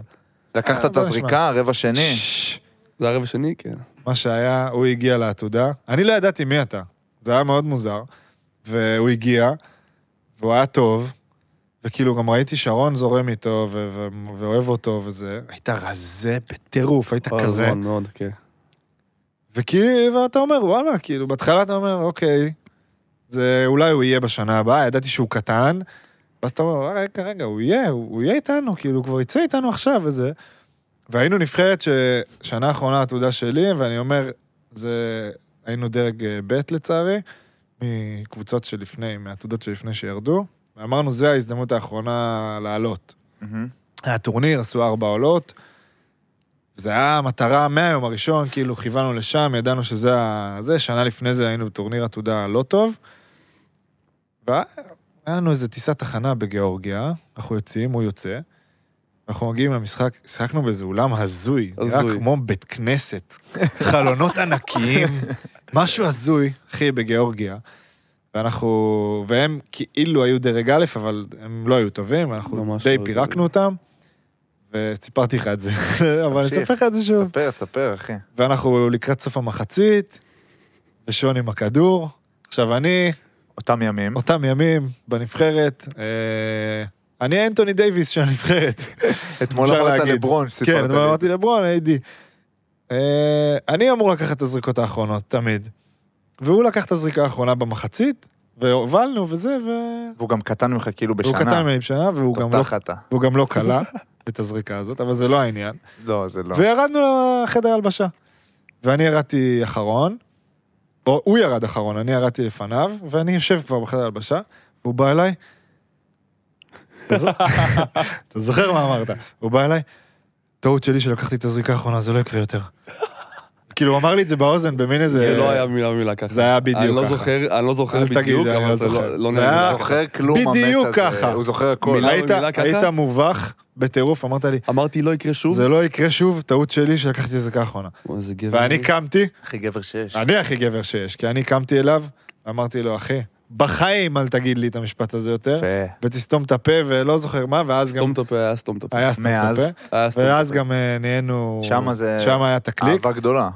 לקחת
אה,
את
בוא נשמע.
הזריקה, רבע שני.
ששש.
זה הרבע שני? כן.
מה שהיה, הוא הגיע לעתודה. אני לא ידעתי מי אתה. זה היה מאוד מוזר. והוא הגיע, והוא היה טוב, וכאילו גם ראיתי שרון זורם איתו ו- ו- ואוהב אותו וזה. היית רזה בטירוף, היית
אה,
כזה.
זמן מאוד, כן.
וכאילו, ואתה אומר, וואלה, כאילו, בהתחלה אתה אומר, אוקיי, זה אולי הוא יהיה בשנה הבאה, ידעתי שהוא קטן, ואז אתה אומר, "אה, רגע, רגע, הוא יהיה, הוא הוא יהיה איתנו, כאילו, הוא כבר יצא איתנו עכשיו וזה. והיינו נבחרת ששנה האחרונה התעודה שלי, ואני אומר, זה, היינו דרג אה, ב' לצערי, מקבוצות שלפני, מהעתודות שלפני שירדו, ואמרנו, זה ההזדמנות האחרונה לעלות.
מהמם.
היה טורניר, עשו ארבע עולות. זה היה המטרה מהיום הראשון, כאילו כיוונו לשם, ידענו שזה ה... זה, שנה לפני זה היינו בטורניר עתודה לא טוב. וה- היה לנו איזו טיסת הכנה בגיאורגיה, אנחנו יוצאים, הוא יוצא. אנחנו מגיעים למשחק, שיחקנו באיזה אולם הזוי, נראה
הזוי.
כמו בית כנסת. חלונות ענקיים, משהו הזוי, אחי, בגיאורגיה. ואנחנו, והם כאילו היו דרג א', אבל הם לא היו טובים, אנחנו
ממש
די
לא
פירקנו אותם, וסיפרתי לך את זה, אבל אני
תמשיך.
אספר לך את זה שוב.
תספר, תספר, אחי.
ואנחנו לקראת סוף המחצית, ושון עם הכדור. עכשיו אני,
אותם ימים.
אותם ימים בנבחרת, אה, אני אנטוני דייוויס של הנבחרת.
אתמול
אפשר
אמרת
להגיד.
לברון, סיפרת
כן,
לי.
אבל אמרתי לברון, איידי. אה, אני אמור לקחת את הזריקות האחרונות, תמיד. והוא לקח את הזריקה האחרונה במחצית, והובלנו וזה, ו...
והוא גם קטן ממך כאילו בשנה.
הוא קטן ממני בשנה, והוא גם לא-
תחתה.
והוא גם לא כלה את הזריקה הזאת, אבל זה לא העניין.
לא, זה לא.
וירדנו לחדר הלבשה. ואני ירדתי אחרון, או הוא ירד אחרון, אני ירדתי לפניו, ואני יושב כבר בחדר הלבשה, והוא בא אליי, אתה זוכ- אתה זוכר מה אמרת? הוא בא אליי, טעות שלי שלקחתי את הזריקה האחרונה, זה לא יקרה יותר. כאילו, הוא אמר לי את זה באוזן, במין איזה...
זה לא היה מילה במילה ככה.
זה היה בדיוק
אני לא
ככה.
זוכר, אני לא זוכר
אל תגיד,
בדיוק,
אני
אבל
לא
זה
זוכר.
לא- לא
זה
נעים.
היה-
הוא זוכר כלום, המת
בדיוק
הזה.
ככה.
הוא זוכר הכל.
מילה
היית-
במילה ככה?
היית מובך בטירוף, אמרת לי,
אמרתי, לא יקרה שוב.
זה לא יקרה שוב, טעות שלי שלקחתי את הזריקה האחרונה.
וואי, זה גבר.
ואני קמתי,
אחי גבר שש.
אני הכי גבר שיש, כי אני קמתי אליו, אמרתי לו, אחי, בחיים אל תגיד לי את המשפט הזה יותר,
יפה.
ותסתום את הפה ולא זוכר מה, ואז גם
סתום את הפה, היה סתום את הפה.
היה סתום את
מאז,
הפה,
היה סתום את
ואז
הפה.
גם אה, נהיינו...
שמה זה-
שם היה תקליק.
אהבה גדולה.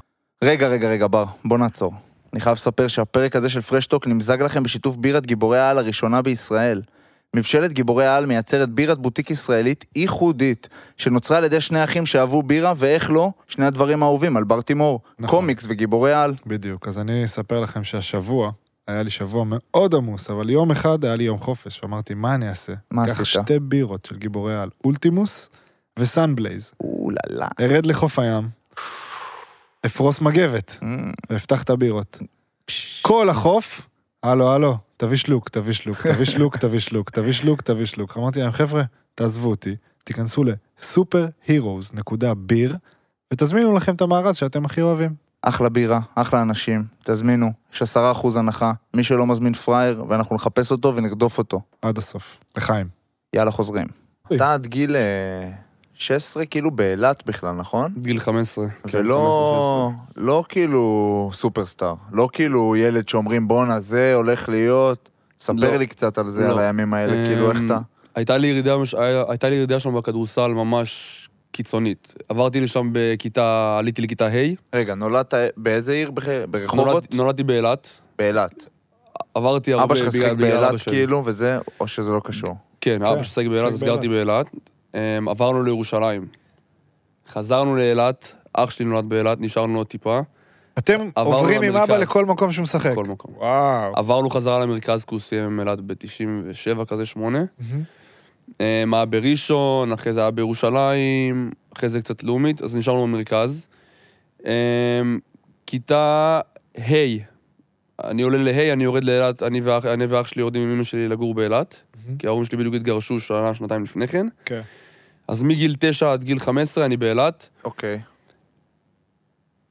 רגע, רגע, רגע, בר, בוא נעצור. אני חייב לספר שהפרק הזה של פרשטוק נמזג לכם בשיתוף בירת גיבורי העל הראשונה בישראל. מבשלת גיבורי העל מייצרת בירת בוטיק ישראלית ייחודית, שנוצרה על ידי שני אחים שאהבו בירה, ואיך לא, שני הדברים האהובים על בר תימור,
נכון.
קומיקס וגיבורי העל.
בדיוק, אז אני אספר לכם שהשבוע, היה לי שבוע מאוד עמוס, אבל יום אחד היה לי יום חופש, אמרתי, מה אני אעשה?
מה
קח
עשית?
שתי בירות של גיבורי על, אולטימוס וסאנבלייז.
אוללה.
ארד לחוף הים, אפרוס מגבת.
Mm,
ואפתח את הבירות. כל החוף, הלו, הלו, תביא שלוק, תביא שלוק, תביא שלוק, תביא שלוק, תביא שלוק, תביא שלוק. אמרתי להם, חבר'ה, תעזבו אותי, תיכנסו לסופר-הירוז.ביר, ותזמינו לכם את המארז שאתם הכי אוהבים.
אחלה בירה, אחלה אנשים, תזמינו, יש עשרה אחוז הנחה, מי שלא מזמין פראייר, ואנחנו נחפש אותו ונרדוף אותו.
עד הסוף. לחיים.
יאללה, חוזרים.
אוי.
אתה עד גיל אה, 16 כאילו באילת בכלל, נכון?
גיל 15.
לא-
כן, 15, 16.
ולא לא כאילו סופרסטאר, לא כאילו ילד שאומרים בואנה זה הולך להיות, ספר
לא.
לי קצת על זה,
לא.
על הימים האלה, כאילו איך
אמ,
אתה,
הייתה לי ירידה, מש- היה- הייתה לי ירידה שם בכדורסל ממש קיצונית. עברתי לשם בכיתה, עליתי לכיתה ה',
רגע נולדת באיזה עיר? בח- ברחובות?
נולד- נולדתי באילת,
באילת.
עברתי הרבה
אבא שלך שיחק
בגלל אבא
באילת
שלי.
כאילו וזה, או שזה לא קשור.
כן,
כן,
אבא שלי שיחק באילת, אז
שיחק
גרתי באילת. אמ, עברנו לירושלים. חזרנו לאילת, אח שלי נולד באילת, נשארנו עוד טיפה,
אתם עוברים עם
לאמריקה.
אבא לכל מקום שהוא משחק.
כל מקום.
וואו.
עברנו חזרה למרכז, כי הוא סיים אילת ב-97, כזה, 8.
מהמם.
אמ, היה בראשון, אחרי זה היה בירושלים, אחרי זה קצת לאומית, אז נשארנו במרכז. אמ, כיתה ה', אני עולה לה', אני יורד לאילת, אני ואח, אני ואח שלי יורדים עם אמא שלי לגור באילת, כי ההורים שלי בדיוק התגרשו שנה, שנתיים לפני כן.
כן.
אז מגיל 9 עד גיל 15 אני באילת.
אוקיי.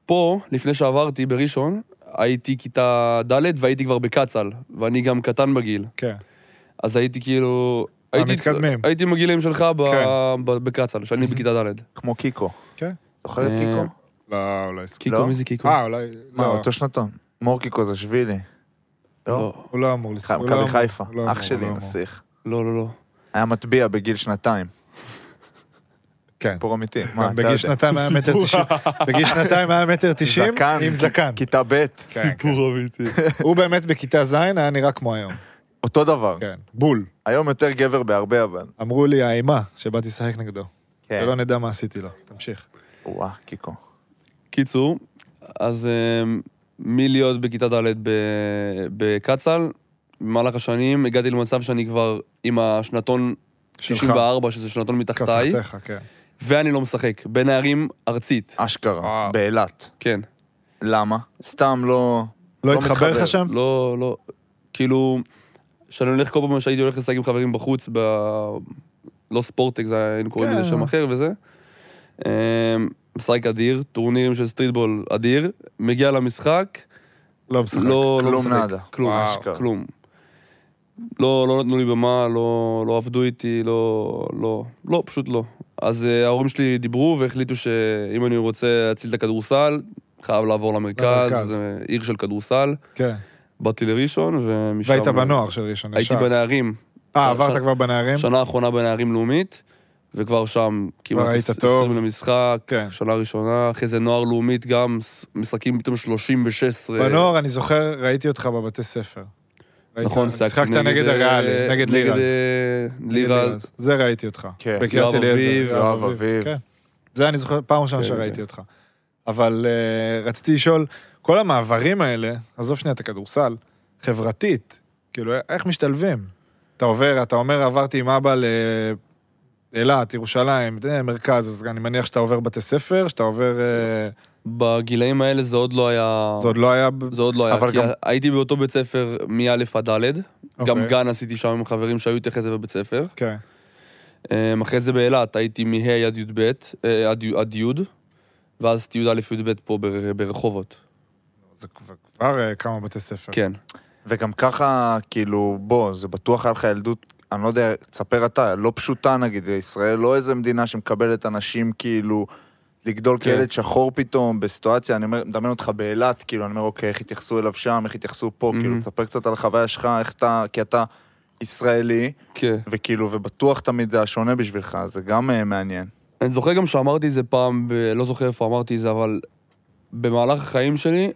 פה, לפני שעברתי בראשון, הייתי כיתה ד' והייתי כבר בקצ"ל, ואני גם קטן בגיל.
כן.
אז הייתי כאילו... הייתי,
המתקדמים.
הייתי מגילאים שלך ב...
אה, כן. לא?
ב... בקצ"ל, שאני בכיתה ד'.
כמו קיקו.
כן.
זוכר את
אה,
קיקו?
לא, אולי... סק-
קיקו,
לא?
מי זה קיקו?
אה, אולי...
מה,
לא,
אותו שנתון? מור קיקו זה שבילי. לא.
לא,
הוא לא אמור לסק- הוא לא
מכבי
אמור-
חיפה,
הוא לא אמור,
אח
הוא לא
שלי
אמור.
נסיך.
לא, לא, לא.
היה מטביע בגיל שנתיים.
כן.
סיפור אמיתי. מה,
גם
אתה
בגיל
יודע?
שנתיים היה מטר תשעים. בגיל שנתיים היה מטר תשעים,
זקן,
עם זקן.
כיתה ב'.
כן,
סיפור אמיתי.
הוא באמת בכיתה ז' היה נראה כמו היום.
אותו דבר.
כן. בול.
היום יותר גבר בהרבה, אבל.
אמרו לי האימה שבאתי לשחק נגדו.
כן.
ולא נדע מה עשיתי לו. תמשיך.
וואה, קיקו.
קיצור, אז אמ, מלהיות בכיתה ד' ב- בקצ"ל, במהלך השנים הגעתי למצב שאני כבר עם השנתון
שלך.
94, שזה שנתון מתחתיי,
תחתיך, אה. כן.
ואני לא משחק. בנערים ארצית,
אשכרה,
וואו.
באילת.
כן.
למה? סתם לא...
לא
לא
התחבר
מתחבר.
לך שם?
לא, לא, כאילו, כשאני הולך כל פעם שהייתי הולך לשחק עם חברים בחוץ, ב... לא ספורטק, זה היה- היינו קוראים
כן.
לזה שם אחר וזה. אמ, משחק אדיר, טורנירים של סטריטבול אדיר, מגיע למשחק,
לא משחק.
לא, לא
כלום
משחק.
נאדה.
כלום,
וואו.
כלום. לא, לא נתנו לי במה, לא, לא עבדו איתי, לא, לא, לא, פשוט לא. אז אה, ההורים שלי דיברו והחליטו שאם אני רוצה להציל את הכדורסל, חייב לעבור למרכז,
למרכז.
למרכז. עיר של כדורסל.
כן.
באתי לראשון, ומשם... לא.
והיית בנוער של ראשון
הייתי
ישר.
בנערים.
אה, עברת
ש-
כבר בנערים?
שנה האחרונה בנערים לאומית, וכבר שם כמעט
היית
20
טוב.
למשחק,
כן.
שנה ראשונה, אחרי זה נוער לאומית גם, ס- משחקים פתאום 30 ו-16.
בנוער, אני זוכר, ראיתי אותך בבתי ספר. ראית-
נכון,
שיחקת נגד הריאלי, נגד לירז.
אה, לירז.
זה ראיתי אותך.
כן.
בקריית
יואב
אליעזר.
אביב,
יואב אביב.
כן. זה אני זוכר, פעם ראשונה
כן,
שראיתי
כן.
אותך. אבל אה, רציתי לשאול, כל המעברים האלה, עזוב שנייה את הכדורסל, חברתית, כאילו, איך משתלבים? אתה עובר, אתה אומר, עברתי עם אבא לאילת, ירושלים, אה, מרכז, אז אני מניח שאתה עובר בתי ספר, שאתה עובר... אה,
נכון. בגילאים האלה זה עוד לא היה...
זה עוד לא היה... ב-
זה עוד לא היה,
אבל
כי
גם-
הייתי באותו בית ספר מא' עד ד',
אוקיי.
גם גן עשיתי שם עם חברים שהיו איתי אחרי זה בבית ספר.
כן.
אמ, אחרי זה באילת הייתי מה' עד י"ב, אה, עד י'- עד י', ואז עשיתי י"א-י"ב פה בר- ברחובות.
זה כבר- כבר אה, כמה בתי ספר.
כן.
וגם ככה, כאילו, בוא, זה בטוח היה לך ילדות, אני לא יודע, תספר אתה, לא פשוטה נגיד, ישראל לא איזה מדינה שמקבלת אנשים כאילו, לגדול
כן.
כילד שחור פתאום, בסיטואציה, אני אומר, מדמיין אותך באילת, כאילו, אני אומר, אוקיי, איך התייחסו אליו שם, איך התייחסו פה,
Mhm.
כאילו, תספר קצת על החוויה שלך, איך אתה, כי אתה ישראלי,
כן.
וכאילו, ובטוח תמיד זה השונה בשבילך, זה גם אה, מעניין.
אני זוכר גם שאמרתי את זה פעם, ב- לא זוכר איפה אמרתי את זה, אבל במהלך החיים שלי,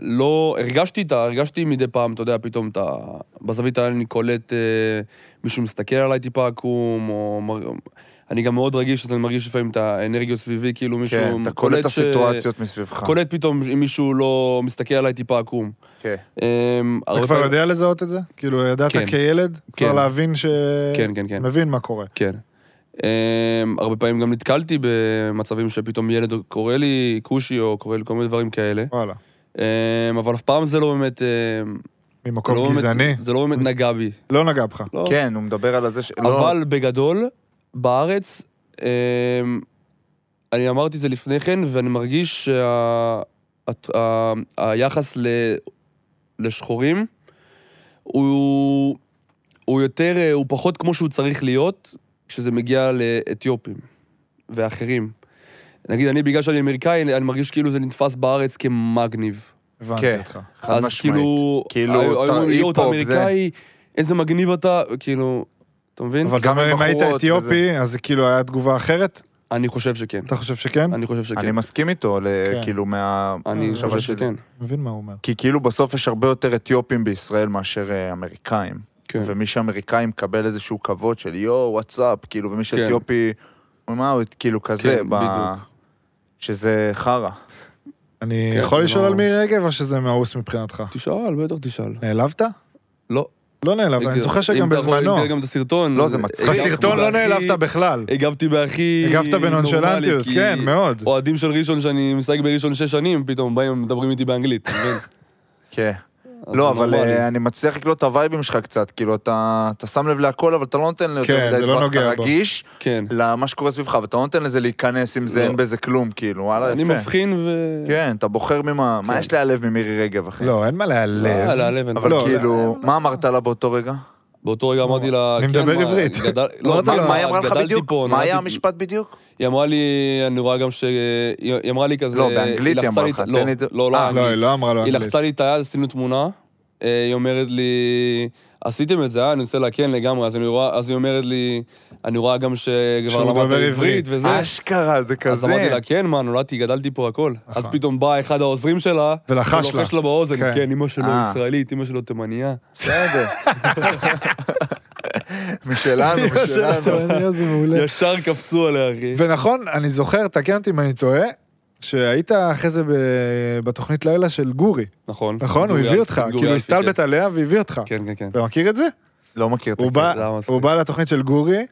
לא, הרגשתי את ה... הרגשתי מדי פעם, אתה יודע, פתאום את ה... בזווית האלה אני קולט, אה, מישהו מסתכל עליי טיפה עקום, או... מר- אני גם מאוד רגיש, אז אני מרגיש לפעמים את האנרגיות סביבי, כאילו מישהו...
כן, אתה קולט את
ש-
הסיטואציות מסביבך.
קולט פתאום אם מישהו לא מסתכל עליי טיפה עקום.
כן.
אמ,
אתה
הרבה
כבר
פעמים-
יודע לזהות את זה? כאילו, ידעת
כן.
כילד? כבר
כן.
להבין ש...
כן, כן, כן.
מבין מה קורה.
כן. אמ, הרבה פעמים גם נתקלתי במצבים שפתאום ילד קורא לי כושי או קורא לי כל מיני דברים כאלה.
וואלה.
אמ, אבל אף פעם זה לא באמת... אמ, לא
ממקום
באמת-
גזעני.
זה לא באמת נגע בי.
לא נגע בך.
לא.
כן, הוא מדבר על זה ש... לא,
אבל בגדול, בארץ, אמ, אני אמרתי את זה לפני כן, ואני מרגיש שהיחס לשחורים הוא, הוא יותר, אה, הוא פחות כמו שהוא צריך להיות כשזה מגיע לאתיופים ואחרים. נגיד, אני, בגלל שאני אמריקאי, אני אני מרגיש כאילו זה נתפס בארץ כמגניב.
הבנתי
כן.
אותך.
חד
אז
משמעית.
כאילו,
כאילו,
היו-
אתה-
היו אומרים, "יואו, אתה
היפ-הופ, זה-
אמריקאי, איזה מגניב אתה, כאילו, אתה מבין?
אבל אתה
גם
אומר, אם היית
מבחורות
אתיופי, אז זה כאילו היה תגובה אחרת?
אני חושב שכן.
אתה חושב שכן?
אני חושב שכן.
אני מסכים איתו, ל-
כן.
כאילו, מה...
אני
המחשבה
חושב
שלי.
שכן.
מבין מה הוא אומר.
כי כאילו בסוף יש הרבה יותר אתיופים בישראל מאשר אה, אמריקאים.
כן.
ומי שאמריקאי מקבל איזשהו כבוד של יואו, וואטסאפ, כאילו, ומי שאתיופי, מה הוא, כאילו, כזה,
כן,
ב...
בדיוק.
שזה חרא.
אני
כן,
יכול
זה
לשאול
לא-
על מירי רגב, או שזה מאוס מבחינתך?
תשאל, בטח תשאל.
נעלבת?
לא.
לא נעלבת, אני זוכר
אם
שגם
אתה יכול,
בזמנו.
אם תראה גם אה, את הסרטון.
לא, זה מצחיק.
הגבתי
בסרטון לא
בהכי-
נעלבת בכלל.
הגבתי בהכי...
הגבת בנונשלנטיות,
נורמלי, כי
כן, מאוד.
אוהדים של ראשון, שאני משחק בראשון שש שנים, פתאום באים, מדברים איתי באנגלית, אתה מבין?
כן.
אז
לא,
זה
אבל
נורמלי.
אה, אני מצליח לקלוט את הווייבים שלך קצת, כאילו, אתה אתה שם לב להכל, אבל אתה לא נותן ליותר
כן,
מדי
זה לא
דבר,
נוגע
אתה
בו.
רגיש
כן.
למה שקורה סביבך, ואתה לא נותן לזה להיכנס אם זה
לא.
אין בזה כלום, כאילו, וואלה, יפה.
אני מבחין ו...
כן, אתה בוחר ממה, מה יש להיעלב ממירי רגב, אחי?
לא, אין מה להיעלב.
אה, להעלב, אין
אבל
לא,
כאילו, מה אמרת לה באותו רגע?
באותו רגע אמרתי לה...
אני
כן,
מדבר
מה,
עברית.
גדל- לא,
אמרת
מה
לו,
מה היא אמרה לך
גדלתי
בדיוק?
פה,
מה היה
נולדתי-
המשפט בדיוק?
היא אמרה לי, אני רואה גם ש... היא היא אמרה לי כזה...
לא, באנגלית היא
לחצה
אמרה
לי
לך,
את-
תן
לא,
לי את זה.
לא,
אה,
לא,
לא, היא
אנגלית.
לא אמרה לו
היא
אנגלית.
לחצה לי את היד, עשינו תמונה. אה, היא אומרת לי, עשיתם את זה, אה? אני עושה לה כן לגמרי. אז אני רואה- אז היא אומרת לי, אני רואה גם שכבר
שהוא
למדת
מדבר
עברית
עברית. אה,
וזה.
אשכרה, זה
אז אמרתי
כזה.
לה, כן, מה, נולדתי, גדלתי פה, הכל. אז
נכון.
פתאום בא אחד העוזרים שלה,
ולחש לה.
ולוחש לה באוזן,
כן.
כן, אמא שלו
אה.
ישראלית, אמא שלו תימניה.
בסדר. משלנו, משלנו.
זה מעולה.
ישר קפצו עליה, אחי.
ונכון, אני זוכר, תקן אותי אם אני טועה, שהיית אחרי זה ב- בתוכנית לילה של גורי,
נכון.
נכון? הוא
גורי
הביא
אלפי,
אותך,
גורי
כאילו
אלפי,
הסתלבט
כן.
עליה והביא אותך.
כן, כן, כן.
אתה מכיר את זה?
לא מכיר את
הוא
הקטע.
בא,
זה היה מצחיק.
הוא בא לתוכנית של גורי,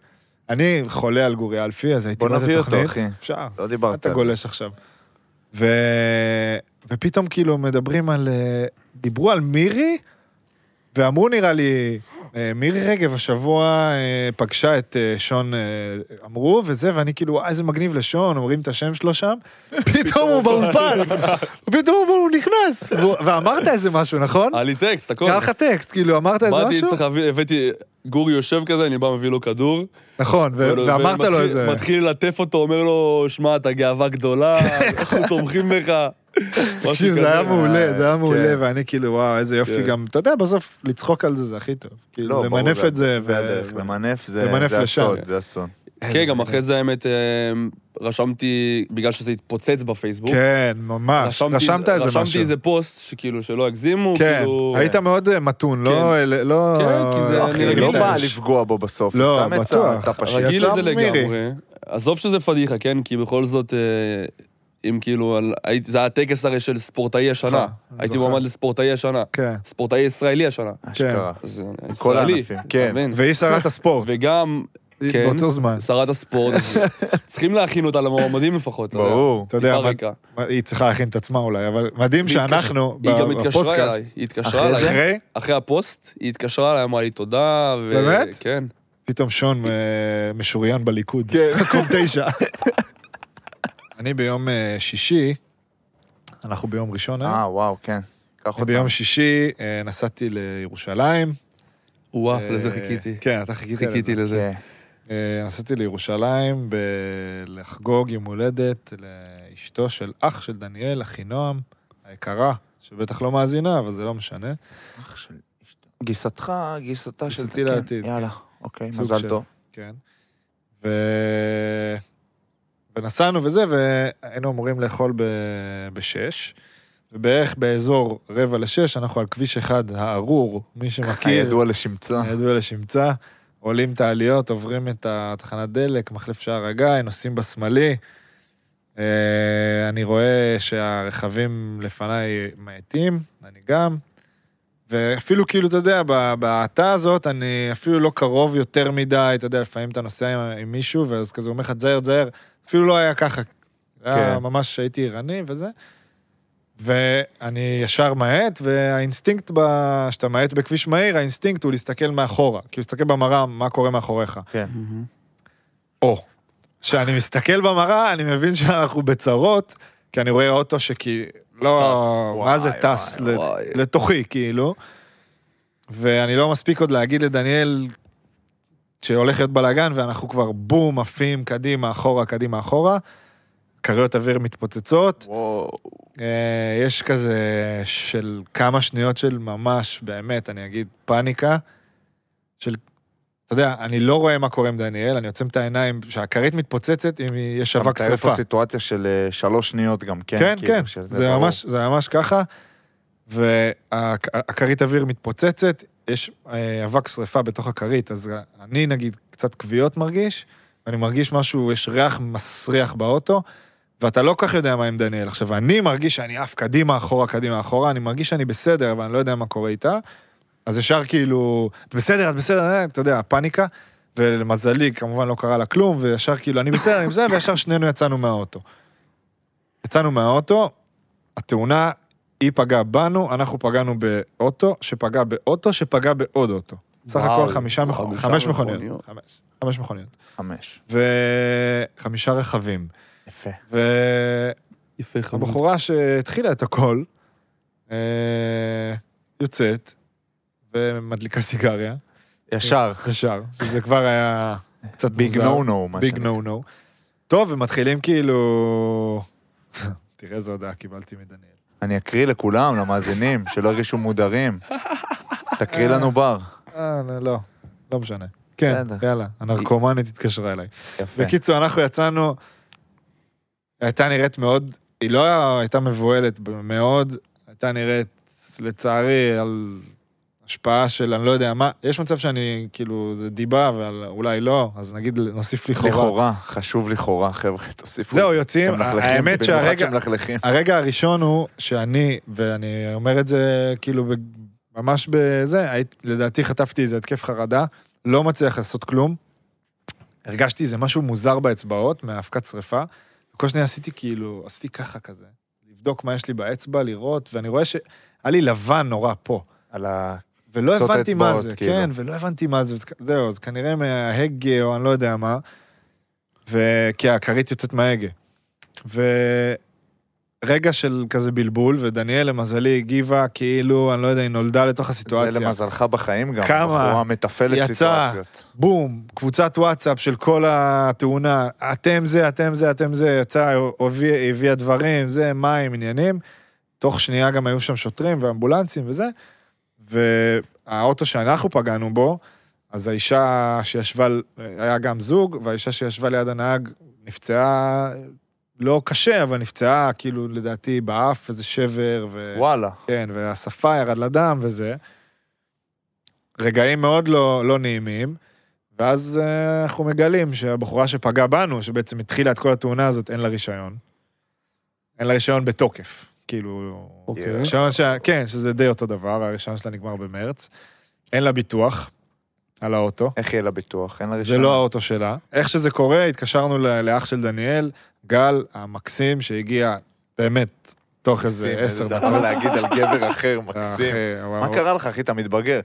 אני חולה על גורי אלפי, אז הייתי
בוא
בא
נביא אותו,
לתוכנית.
אחי.
אפשר.
לא דיברת.
אתה
עליו.
גולש עכשיו. ו... ופתאום כאילו מדברים על... אה, דיברו על מירי, ואמרו נראה לי, אה, מירי רגב השבוע אה, פגשה את אה, שון, אה, אמרו, וזה, ואני כאילו, וואי, איזה מגניב לשון, אומרים את השם שלו שם, פתאום הוא באולפן, פתאום הוא הוא נכנס, והוא- ואמרת איזה משהו, נכון?
היה לי טקסט, הכל.
קרא לך טקסט, כאילו, אמרת איזה
באתי,
משהו?
צריך להביא, הבאתי, גורי יושב כזה, אני בא, מביא לו כדור.
נכון, ו-
ו-
ואמרת לו
כאילו, ומתחיל-
איזה...
מתחיל ללטף אותו, אומר לו, שמע, אתה גאווה גדולה, אנחנו תומכים בך. משהו
תקשיב,
כזה. אה,
זה היה מעולה, זה היה מעולה,
כן.
ואני כאילו, וואו, איזה יופי
כן.
גם, אתה יודע, בסוף לצחוק על זה זה הכי טוב. כאילו,
לא, ברור,
למנף את זה,
זה הדרך, למנף זה
למנף
זה
לשם.
הסוד, זה הסוד.
כן, גם אחרי זה, האמת, אה, רשמתי, בגלל שזה התפוצץ בפייסבוק.
כן, ממש,
רשמתי-
רשמת איזה משהו.
רשמתי איזה פוסט, שכאילו, שלא יגזימו,
כן,
כאילו...
היית מאוד אה, מתון, לא... לא...
כן, כי זה- אני
היא
רגיל
לא
לזה.
באה לפגוע בו בסוף,
לא,
סתם יצא,
בטוח.
אתה פשוט.
רגיל
יצא
לזה
מירי.
לגמרי. עזוב שזה פדיחה, כן? כי בכל זאת, אה, אם כאילו, על- הייתי- זה היה הטקס הרי של ספורטאי השנה. הייתי
נכון, זוכר.
מועמד לספורטאי השנה.
כן.
ספורטאי ישראלי השנה.
אשכרה.
אז אני
כל
ישראלי,
הענפים,
אתה
כן.
מבין?
והיא שרת הספורט,
וגם,
היא
כן,
אה, באותו זמן.
שרת הספורט, אז צריכים להכין אותה למועמדים לפחות. אתה יודע.
ברור.
אתה יודע,
טיפה
מד-
ריקה.
מד- היא צריכה להכין את עצמה אולי, אבל מדהים
והיא
שאנחנו,
היא גם
ב-
התקשרה
בפודקאסט,
אליי, היא התקשרה
אחרי
אליי,
זה,
אחרי הפוסט, היא התקשרה אליי, אמרה לי תודה, ו...
באמת?
כן.
פתאום שון אה, משוריין בליכוד. מקום תשע. כן. אני ביום אה, שישי, אנחנו ביום ראשון היום,
אה, וואו, כן. קח
אני
אותה.
ביום שישי אה, נסעתי לירושלים.
וואו,
אה,
לזה חיכיתי.
כן, אתה חיכית לזה.
חיכיתי לזה.
כן.
אה, נסעתי לירושלים ב... לחגוג יום הולדת לאשתו של אח של דניאל, אחינועם, היקרה, שבטח לא מאזינה, אבל זה לא משנה.
אח של אשתו. גיסתך, גיסתה של...
גיסתי
כן,
לעתיד,
יאללה, אוקיי,
סוג של-
מזל טוב.
כן. ו... ונסענו וזה, והיינו אמורים לאכול ב... בשש. ובערך באזור רבע לשש, אנחנו על כביש אחד, הארור, מי שמכיר,
הידוע לשמצה.
הידוע לשמצה. עולים את העליות, עוברים את התחנת דלק, מחלף שער הגיא, נוסעים בשמאלי. אה, אני רואה שהרכבים לפניי מאטים, אני גם. ואפילו כאילו, אתה יודע, ב- בהאטה הזאת, אני אפילו לא קרוב יותר מדי, אתה יודע, לפעמים אתה נוסע עם, עם מישהו, ואז כזה אומר לך, תזהר, תזהר, אפילו לא היה ככה. כן. היה
כן.
ממש הייתי ערני וזה. ואני ישר מאט, והאינסטינקט, ב- כשאתה מאט בכביש מהיר, האינסטינקט הוא להסתכל מאחורה. כאילו, להסתכל במראה, מה קורה מאחוריך.
כן.
או. כשאני מסתכל במראה, אני מבין שאנחנו בצרות, כי אני רואה אוטו שכי... לא...
טס.
מה זה
וואי,
טס?
וואי,
ל-
וואי.
לתוכי, כאילו. ואני לא מספיק עוד להגיד לדניאל שהולך להיות בלאגן, ואנחנו כבר בום, עפים קדימה, אחורה, קדימה, אחורה. כריות אוויר מתפוצצות.
וואו.
אה, יש כזה של כמה שניות של ממש, באמת, אני אגיד, פאניקה, של, אתה יודע, אני לא רואה מה קורה עם דניאל, אני עוצם את העיניים, שהכרית מתפוצצת אם יש
אתה
אבק
מתאר
שרפה.
פה סיטואציה של אה, שלוש שניות גם, כן?
כן,
כאילו,
כן,
של-
זה
ברור.
ממש, זה ממש ככה, והכרית אוויר מתפוצצת, יש אה, אבק שרפה בתוך הכרית, אז אני נגיד קצת כוויות מרגיש, ואני מרגיש משהו, יש ריח מסריח באוטו, ואתה לא כל כך יודע מה עם דניאל. עכשיו, אני מרגיש שאני עף קדימה, אחורה, קדימה, אחורה, אני מרגיש שאני בסדר, אבל אני לא יודע מה קורה איתה. אז ישר כאילו, את בסדר, את בסדר, אה, אתה יודע, הפאניקה. ולמזלי, כמובן לא קרה לה כלום, וישר כאילו, אני בסדר, אני בסדר, וישר שנינו יצאנו מהאוטו. יצאנו מהאוטו, התאונה, היא פגעה בנו, אנחנו פגענו באוטו, שפגע באוטו, שפגע בעוד אוטו. סך
וואו,
הכל חמישה מכוניות,
חמישה
חמש מכוניות.
מכוניות.
חמש- חמש מכוניות.
חמש.
וחמישה רכבים.
יפה.
והבחורה
יפה חמוד.
שהתחילה את הכל, אה, יוצאת ומדליקה סיגריה,
ישר.
ישר, שזה כבר היה קצת
ביג
כן. מוזר.
נו נו, מה
ביג נו נו. טוב, ומתחילים כאילו... תראה איזה הודעה קיבלתי מדניאל.
אני אקריא לכולם, למאזינים, שלא ירגישו מודרים. תקריא לנו בר.
אה, לא, לא משנה. כן,
בסדר. כן.
יאללה, הנרקומנית התקשרה אליי.
יפה.
בקיצור, אנחנו יצאנו, הייתה נראית מאוד, היא לא הייתה מבוהלת מאוד, הייתה נראית, לצערי, על השפעה של אני לא יודע מה, יש מצב שאני, כאילו, זה דיבה, אבל אולי לא, אז נגיד נוסיף לכאורה.
לכאורה, חשוב לכאורה, חבר'ה, תוסיפו.
זהו,
את זה.
יוצאים,
אתם מלכלכים,
האמת
במיוחד
שהרגע,
שמלכלכים.
הרגע הראשון הוא שאני, ואני אומר את זה כאילו ב- ממש בזה, היית, לדעתי חטפתי איזה התקף חרדה, לא מצליח לעשות כלום. הרגשתי איזה משהו מוזר באצבעות מהאבקת שרפה. כל שניה עשיתי כאילו, עשיתי ככה כזה, לבדוק מה יש לי באצבע, לראות, ואני רואה שהיה לי לבן נורא פה.
על ה...
ולא
קצות
הבנתי מה
האצבעות,
זה,
כאילו.
כן, ולא הבנתי מה זה, וזה- זהו, אז כנראה מההגה או אני לא יודע מה, ו- כי הכרית יוצאת מההגה. ורגע של כזה בלבול, ודניאל למזלי הגיבה כאילו, אני לא יודע, היא נולדה לתוך
זה
הסיטואציה.
למזלך בחיים גם.
כמה?
בחורה מתפעלת
יצא.
סיטואציות.
בום, קבוצת וואטסאפ של כל התאונה, אתם זה, אתם זה, אתם זה, יצא, הביא- הביאה דברים, זה, מים, עניינים. תוך שנייה גם היו שם שוטרים ואמבולנסים וזה. והאוטו שאנחנו פגענו בו, אז האישה שישבה, ל- היה גם זוג, והאישה שישבה ליד הנהג נפצעה, לא קשה, אבל נפצעה, כאילו, לדעתי, באף, איזה שבר, ו...
וואלה.
כן, והשפה ירד לדם וזה. רגעים מאוד לא, לא נעימים, ואז אה, אנחנו מגלים שהבחורה שפגעה בנו, שבעצם התחילה את כל התאונה הזאת, אין לה רישיון. אין לה רישיון בתוקף. כאילו...
אוקיי.
רישיון ש... כן, שזה די אותו דבר, הרישיון שלה נגמר במרץ. אין לה ביטוח על האוטו.
איך יהיה לה ביטוח? אין לה
זה
רישיון.
לא האוטו שלה. איך שזה קורה, התקשרנו ל- לאח של דניאל, גל המקסים, שהגיע באמת תוך איזה עשר
איזה
דקות. אה,
דבר להגיד על גבר אחר, מקסים.
אחי, הוא-
מה קרה לך, אחי? אתה מתבגר.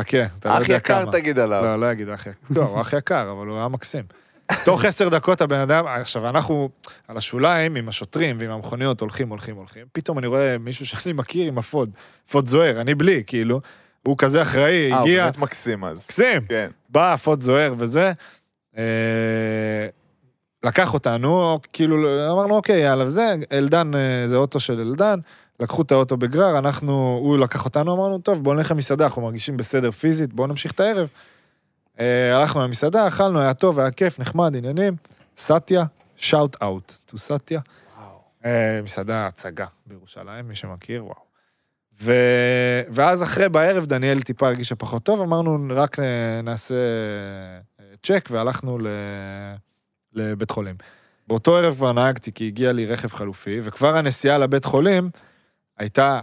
חכה, אתה לא
אח
יודע כמה.
יקר תגיד עליו. אה,
לא, לא אגיד אח יקר. לא, הוא אח יקר, אבל הוא היה מקסים. תוך עשר דקות הבן אדם, עכשיו אנחנו על השוליים עם השוטרים ועם המכוניות הולכים, הולכים, הולכים. פתאום אני רואה מישהו שאני מכיר עם אפוד, אפוד זוהר, אני בלי, כאילו. הוא כזה אחראי,
אה, הוא
הגיע,
באמת מקסים אז.
מקסים.
כן.
בא אפוד זוהר וזה, אה, לקח אותנו, כאילו, אמרנו, אוקיי, יאללה, זה, אלדן, אה, זה אוטו של אלדן, לקחו את האוטו בגרר, אנחנו, הוא לקח אותנו, אמרנו, טוב, בואו נלך למסעדה, אנחנו מרגישים בסדר פיזית, בואו נמשיך את הערב. אה, הלכנו למסעדה, אכלנו, היה טוב, היה כיף, נחמד, עניינים. סטיה, שאוט אאוט, טו סטיה. אה, מסעדה הצגה בירושלים, מי שמכיר, וואו. ו... ואז אחרי בערב דניאל טיפה הרגישה פחות טוב, אמרנו רק נ- נעשה אה, צ'ק והלכנו ל... לבית חולים. באותו ערב כבר נהגתי כי הגיע לי רכב חלופי, וכבר הנסיעה לבית חולים הייתה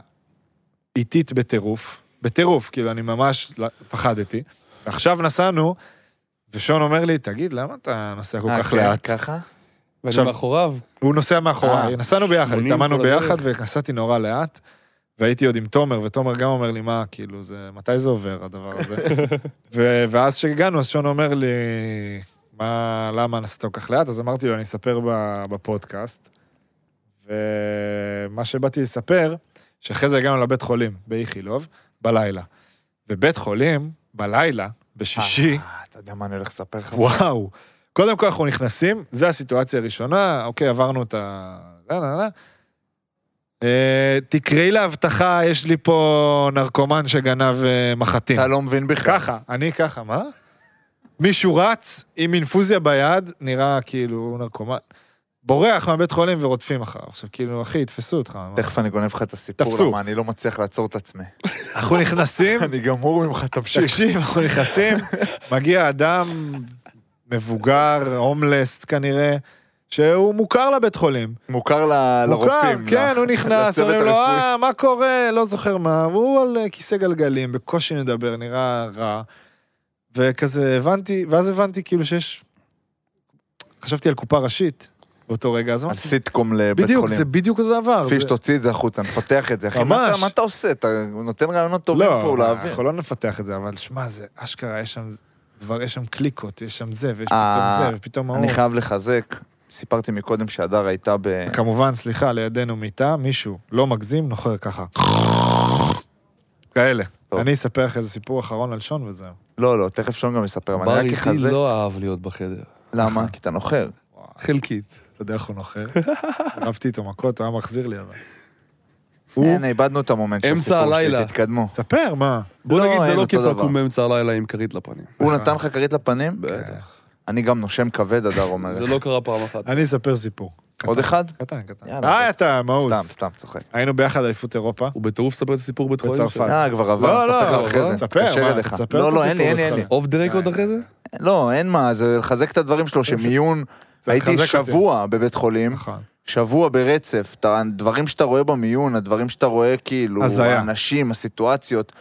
איטית בטירוף, בטירוף, כאילו אני ממש ל- פחדתי. ועכשיו נסענו, ושון אומר לי, תגיד, למה אתה נוסע כל
אה,
כך
כן,
לאט?
ככה?
עכשיו-
ואני מאחוריו,
הוא נוסע מאחוריי,
אה,
נסענו ביחד,
80
התאמנו
כל הדרך.
ביחד ונסעתי נורא לאט, והייתי עוד עם תומר, ותומר גם אומר לי, מה, כאילו, זה, מתי זה עובר, הדבר הזה? ו- ואז כשהגענו, אז שון אומר לי, מה, למה נסעת כל כך לאט? אז אמרתי לו, אני אספר ב- בפודקאסט. ומה שבאתי לספר, שאחרי זה הגענו לבית חולים באיכילוב, בלילה. ובית חולים, בלילה, בשישי,
אה, אתה יודע מה אני הולך לספר לך?
וואו. קודם כל אנחנו נכנסים, זו הסיטואציה הראשונה, אוקיי, עברנו את ה... לא, לא, לא. אה, תקראי לאבטחה, יש לי פה נרקומן שגנב אה, מחטים.
אתה לא מבין בכלל.
ככה, אני ככה, מה? מישהו רץ עם אינפוזיה ביד, נראה כאילו הוא נרקומן, בורח מהבית חולים ורודפים אחריו. עכשיו, כאילו, אחי, תפסו אותך. מה?
תכף אני גונב לך את הסיפור,
תפסו.
למה אני לא מצליח לעצור את עצמי.
אנחנו נכנסים,
אני גמור ממך, תמשיך.
תקשיב, אנחנו נכנסים, מגיע אדם מבוגר, הומלס כנראה, שהוא מוכר לבית חולים.
מוכר ל- לרופאים.
מוכר, כן,
ל-
הוא נכנס,
לא. לצוות
אומרים לו,
הרפואי.
אה, מה קורה? לא זוכר מה. והוא על אה, כיסא גלגלים, בקושי מדבר, נראה רע. וכזה הבנתי, ואז הבנתי כאילו שיש... חשבתי על קופה ראשית באותו רגע, אז
על
אמרתי,
סיטקום לבית חולים.
בדיוק, זה בדיוק אותו דבר.
פיש,
זה-
תוציא את זה החוצה, נפתח את זה. אחי, מה
ממש.
אתה- מה אתה עושה? אתה נותן רעיונות טובים פה
לא,
לאוויר.
אנחנו לא נפתח את זה, אבל שמע, זה אשכרה, יש שם דבר, יש שם קליקות, יש שם זה, ויש פתאום
אה,
זה, ופתאום ההוא.
אני חייב לחזק, סיפרתי מקודם שהדר הייתה ב...
כמובן, סליחה, לידינו מיטה, מישהו לא מגזים, נוחר ככה. כאלה.
טוב.
אני אספר לך איזה סיפור אחרון על שון וזהו.
לא, לא, תכף שון גם יספר, אבל
בר
אני רק
איתי
אחזק.
לא אהב להיות בחדר.
למה? כי אתה נוחר.
חלקית.
אתה יודע איך הוא נוחר? הרבתי איתו מכות, הוא היה מחזיר לי אבל. הוא...
הנה, כן, איבדנו את המומנט של
אמצע
הסיפור שלי,
הלילה.
תתקדמו.
תספר, מה?
בוא
לא,
נגיד, זה
אין
לא
אותו
כיף
דבר.
לקום באמצע הלילה עם כרית לפנים.
אה.
הוא נתן לך כרית לפנים?
בטח.
אני גם נושם כבד, הדר אומר.
זה לא קרה פעם אחת.
אני אספר סיפור.
עוד אחד?
קטן, קטן.
יאללה.
אה, אתה
סתם,
מאוס.
סתם, צוחק.
היינו ביחד אליפות אירופה.
הוא בטירוף מספר את הסיפור בית חולים
בצרפת.
שלו.
אה, כבר
לא,
עבר, נספר
לא,
לך אחרי זה.
תספר, מה,
תתקשר אליך.
תספר את
לא, לא, אין
הסיפור
לי, אין לי, אין לי.
בהתחלה.
אוף דה רקורד אחרי זה?
לא, אין מה, זה לחזק את הדברים שלו, שמיון...
זה
הייתי
לחזק אותי.
שבוע בבית חולים,
נכון.
שבוע ברצף, את הדברים שאתה רואה במיון, הדברים שאתה רואה כאילו,
הזיה.
האנשים, הסיטואציות.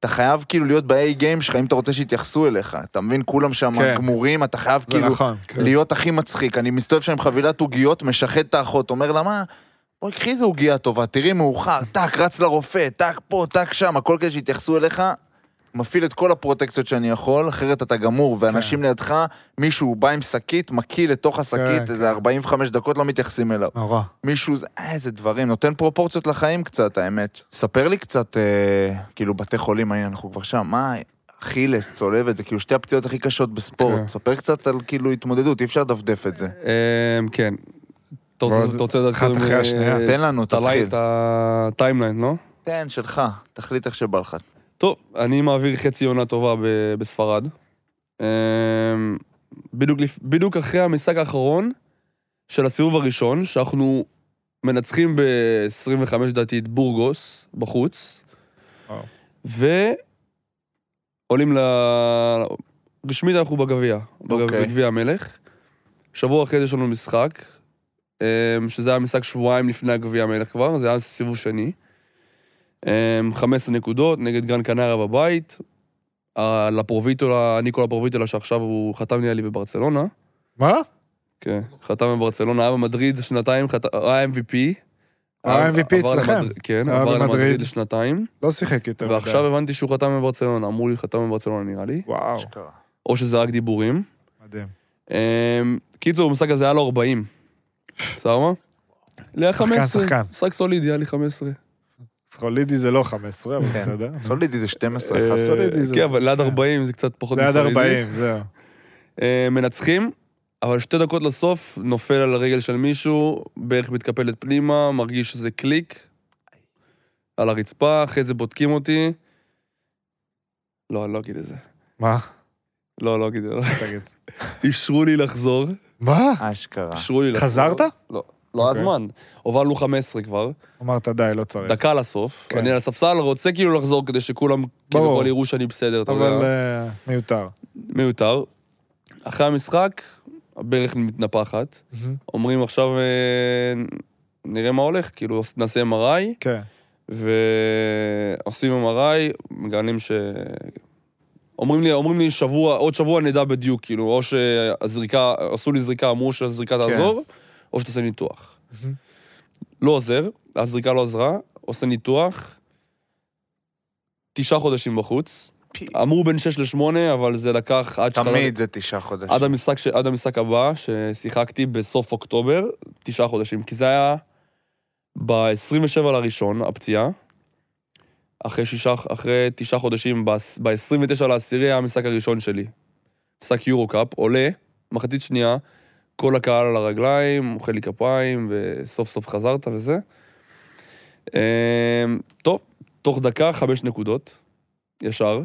אתה חייב כאילו להיות ב-A game שלך אם אתה רוצה שיתייחסו אליך. אתה מבין, כולם שם
כן.
גמורים, אתה חייב
זה
כאילו
נכון.
להיות הכי מצחיק. אני מסתובב שם עם חבילת עוגיות, משחד את האחות, אומר לה, מה? בואי, קחי איזה עוגיה טובה, תראי מאוחר, טאק, רץ לרופא, טאק פה, טאק שם, הכל כדי שיתייחסו אליך. מפעיל את כל הפרוטקציות שאני יכול, אחרת אתה גמור,
כן.
ואנשים לידך, מישהו בא עם שקית, מקיא לתוך השקית,
כן,
איזה 45 דקות לא מתייחסים אליו.
נורא.
מישהו, זה- אה, איזה דברים, נותן פרופורציות לחיים קצת, האמת. ספר לי קצת, אה, כאילו, בתי חולים, אה, אנחנו כבר שם, מה, אכילס, צולבת, זה כאילו שתי הפציעות הכי קשות
כן.
בספורט. ספר קצת על כאילו התמודדות, אי אפשר לדפדף את זה.
אמ, כן. אתה רוצה-
ועוד
אתה רוצה לדעת
אחת
קודם,
אחרי
אה,
השנייה.
תן לנו,
את הלייט,
תתחיל.
את הטיימליין, לא?
תן, שלך, תחליט איך שבא
אה.
לך.
טוב, אני מעביר חצי עונה טובה ב- בספרד. אמ, בדיוק, לפ- בדיוק אחרי המשחק האחרון של הסיבוב הראשון, שאנחנו מנצחים ב-25 לדעתי את בורגוס בחוץ,
וואו.
ועולים ל... רשמית אנחנו בגביע, בגב-
אוקיי.
בגביע המלך. שבוע אחרי זה יש לנו משחק, אמ, שזה היה משחק שבועיים לפני הגביע המלך כבר, זה היה סיבוב שני. אמ, 15 נקודות נגד גרן קנריה בבית. ה- לפרוביטולה, ניקולה פרוביטולה שעכשיו הוא חתם נראה לי בברצלונה.
מה?
כן, חתם בברצלונה, היה במדריד שנתיים, חת- היה MVP.
היה MVP
עבר
אצלכם.
למד- כן,
היה
עבר
במדריד.
למדריד לשנתיים,
לא שיחק יותר. מדי.
ועכשיו הבנתי שהוא חתם בברצלונה, אמרו לי חתם בברצלונה נראה לי,
וואו,
או שזה רק דיבורים.
מדהים.
אמ, קיצור, המשחק הזה היה לו 40. סבבה? לי היה
שחקן,
15.
שחקן.
משחק סולידי, היה לי 15.
סחולידי זה לא 15, אבל בסדר.
סולידי זה 12,
אה,
11.
סולידי זה-
כן, אבל ליד 40 זה קצת פחות
ליד
מסולידי.
40, זהו.
אה, מנצחים, אבל שתי דקות לסוף, נופל על הרגל של מישהו, ברך מתקפלת פנימה, מרגיש שזה קליק על הרצפה, אחרי זה בודקים אותי. לא, אני לא אגיד את זה.
מה?
לא, לא אגיד את זה. לא.
תגיד.
אישרו לי לחזור.
מה?
אשכרה.
אישרו לי לחזור.
חזרת?
לא. לא היה
אה. אוקיי.
זמן. הובלנו 15 כבר,
אמרת די, לא צריך.
דקה לסוף.
כן.
אני על הספסל, רוצה כאילו לחזור כדי שכולם
ברור.
כאילו יראו שאני בסדר, אתה יודע.
אבל אה, מיותר.
מיותר. אחרי המשחק, הברך מתנפחת.
מהמם.
אומרים עכשיו, אה, נראה מה הולך, כאילו נעשה MRI,
כן.
ועושים MRI, מגלים ש... אומרים לי, אומרים לי שבוע, עוד שבוע נדע בדיוק, כאילו, או שהזריקה, עשו לי זריקה, אמרו שהזריקה תעזור, או שתעשה ניתוח.
מהמם.
לא עוזר, הזריקה לא עזרה, עושה ניתוח, תשעה חודשים בחוץ.
פי.
אמרו בין שש לשמונה, אבל זה לקח עד שחזר-
תמיד זה תשעה חודשים.
עד המשחק, ש... עד המשחק הבא, ששיחקתי בסוף אוקטובר, תשעה חודשים, כי זה היה ב-27 לראשון, הפציעה. אחרי, שישה, אחרי תשעה חודשים, ב-29 לעשירי היה המשחק הראשון שלי. משחק יורו-קאפ, עולה, מחצית שנייה, כל הקהל על הרגליים, מוחא לי כפיים, וסוף סוף חזרת וזה. אמ, טוב, תוך דקה חמש נקודות, ישר.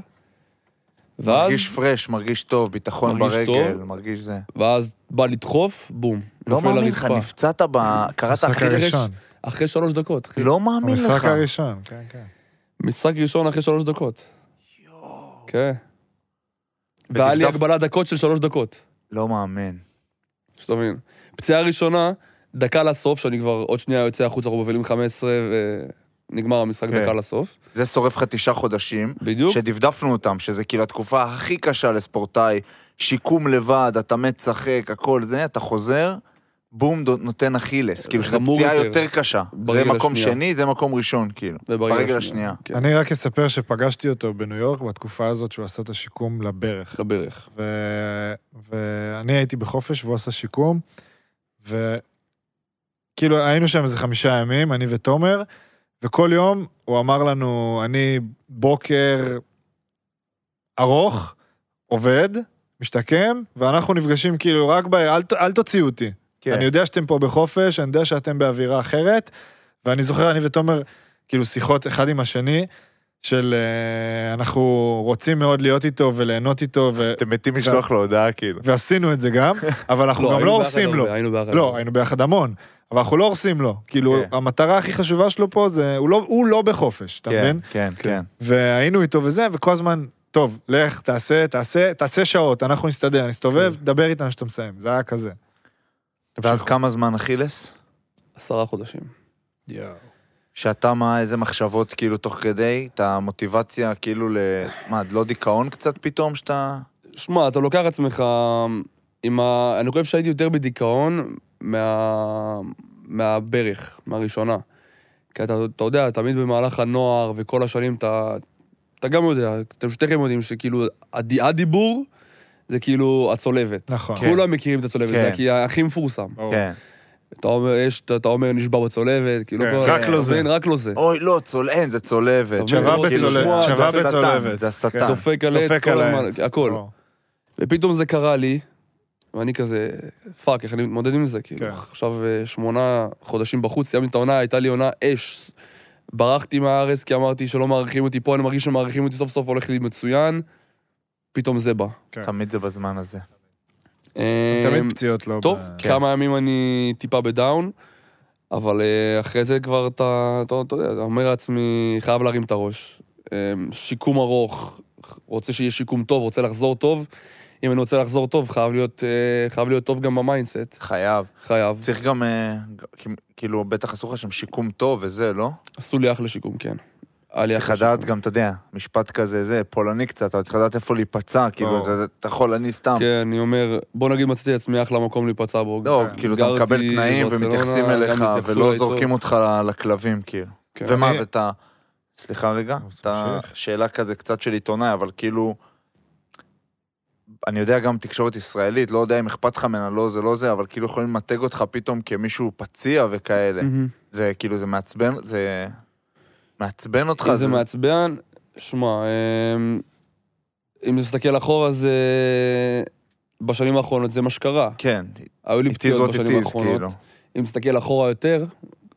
ואז...
מרגיש פרש, מרגיש טוב, ביטחון
מרגיש
ברגל,
טוב.
מרגיש זה.
ואז בא לדחוף, בום.
לא
נופל
מאמין לך,
לרצפה.
נפצעת ב... קראת
המשחק
הכי
הראשון.
אחרי שלוש דקות, אחי.
לא מאמין
המשחק
לך.
הראשון, כן, כן.
משחק ראשון אחרי שלוש דקות. כן. והיה לי
ותפתח-
הגבלת דקות של שלוש דקות,
לא מאמין.
שתבין. פציעה ראשונה, דקה לסוף, שאני כבר עוד שנייה יוצא החוצה, אנחנו מובילים 15, ונגמר המשחק
כן.
דקה לסוף.
זה שורף לך תשעה חודשים,
בדיוק.
שדפדפנו אותם, שזה כאילו התקופה הכי קשה לספורטאי, שיקום לבד, אתה מת, שחק, הכל זה, אתה חוזר, בום, דו- נותן אכילס. כאילו שזו
חמור
פציעה
יותר.
יותר קשה. זה
ברגל
מקום
השנייה.
שני, זה מקום ראשון, כאילו. ברגל השנייה.
כן,
אני רק אספר שפגשתי אותו בניו יורק בתקופה הזאת שהוא עשה את השיקום לברך.
לברך.
ו... ואני הייתי בחופש והוא עשה שיקום, וכאילו היינו שם איזה חמישה ימים, אני ותומר, וכל יום הוא אמר לנו, אני בוקר ארוך, עובד, משתקם, ואנחנו נפגשים כאילו רק ב... אל, ת- אל תוציאו אותי. כן. אני יודע שאתם פה בחופש, אני יודע שאתם באווירה אחרת, ואני זוכר, אני ותומר, כאילו שיחות אחד עם השני, של אה, אנחנו רוצים מאוד להיות איתו וליהנות איתו, ו-
אתם מתים לשלוח לו הודעה, כאילו.
ועשינו את זה גם, אבל אנחנו גם
היינו
לא
ביחד
הורסים לו.
הרבה, היינו ביחד.
לא,
הרבה. אוקיי.
היינו ביחד המון, אבל אנחנו לא הורסים לו. כאילו,
כן.
המטרה הכי חשובה שלו פה זה, הוא לא- הוא לא בחופש, אתה
כן,
מבין?
כן, כן.
והיינו איתו וזה, וכל הזמן, טוב, לך, תעשה, תעשה, תעשה שעות, אנחנו נסתדר, נסתובב,
כן.
דבר איתנו כשאתה מסיים. זה היה כזה.
ואז כמה זמן אכילס?
עשרה חודשים.
שאתה, מה, איזה מחשבות, כאילו, תוך כדי, את המוטיבציה, כאילו, ל... מה, לא דיכאון קצת פתאום, שאתה...
שמע, אתה לוקח עצמך עם ה... אני חושב שהייתי יותר בדיכאון מה... מהברך, מהראשונה. כי אתה, אתה יודע, תמיד במהלך הנוער וכל השנים אתה... אתה גם יודע, אתם שתיכם יודעים שכאילו, הד- הדיבור זה כאילו הצולבת.
נכון.
כן. כולם מכירים את הצולבת,
כן.
זה כי הכי מפורסם.
ברור.
כן.
אתה אומר, יש, אתה- אתה אומר נשבע בצולבת, כאילו...
כן,
כל-
רק לא
אתה
זה.
מבין? רק לא זה.
אוי, לא, צול... אין, זה צולבת.
טוב, שווה
כאילו,
בצולבת,
שמוע, זה
שווה
השטן,
בצולבת.
זה השטן.
כן.
דופק על עץ
דופק
כל
על
הזמן,
העץ.
הכל.
ברור.
ופתאום זה קרה לי, ואני כזה, פאק, איך אני מתמודד עם זה? כאילו,
כן.
עכשיו אה, שמונה חודשים בחוץ, סיימתי את העונה, הייתה לי עונה אש. ברחתי מהארץ כי אמרתי שלא מעריכים אותי פה, אני מרגיש שמעריכים אותי סוף סוף, הולך לי מצוין. פתאום זה בא.
תמיד זה בזמן הזה.
תמיד פציעות לא...
אמ, טוב, כן,
ב-
כמה ימים אני טיפה בדאון, אבל אה, אחרי זה כבר אתה, אתה, אתה יודע, אתה אומר לעצמי, חייב להרים את הראש. אה, שיקום ארוך, רוצה שיהיה שיקום טוב, רוצה לחזור טוב. אם אני רוצה לחזור טוב, חייב להיות, אה, חייב להיות טוב גם במיינדסט,
חייב.
חייב.
צריך גם, אה, ג- כאילו, בטח עשו לך שם שיקום טוב וזה, לא?
עשו לי אחלה שיקום, כן. היה לי
צריך
אחלה
לדעת
שיקום.
גם, אתה יודע, משפט כזה, זה, פולני קצת, אבל צריך לדעת איפה להיפצע, כאילו,
ברור.
אתה אתה יכול, אני סתם.
כן, אני אומר, בוא נגיד מצאתי לעצמי אחלה מקום להיפצע בו.
לא,
כן.
כאילו, אתה
גרתי
מקבל תנאים
בברצלונה,
ומתייחסים
גם
אליך,
התייחסו
ולא
אליי
זורקים
טוב.
אותך לכלבים, כאילו.
כן.
ומה,
אני-
ואתה... סליחה רגע, אתה...
תמשיך.
שאלה כזה קצת של עיתונאי, אבל כאילו... אני יודע גם תקשורת ישראלית, לא יודע אם אכפת לך ממנה, לא זה, לא זה, אבל כאילו יכולים למתג אותך פתאום כמישהו פציע וכאלה.
מהמם.
זה כאילו, זה מעצבן, זה... מעצבן אותך.
אם כאילו זה מעצבן, שמע, אמ, אם נסתכל אחורה, זה... בשנים האחרונות זה מה שקרה.
כן,
היו לי
it is
פציעות
what
בשנים
it is,
האחרונות.
כאילו.
אם נסתכל אחורה יותר,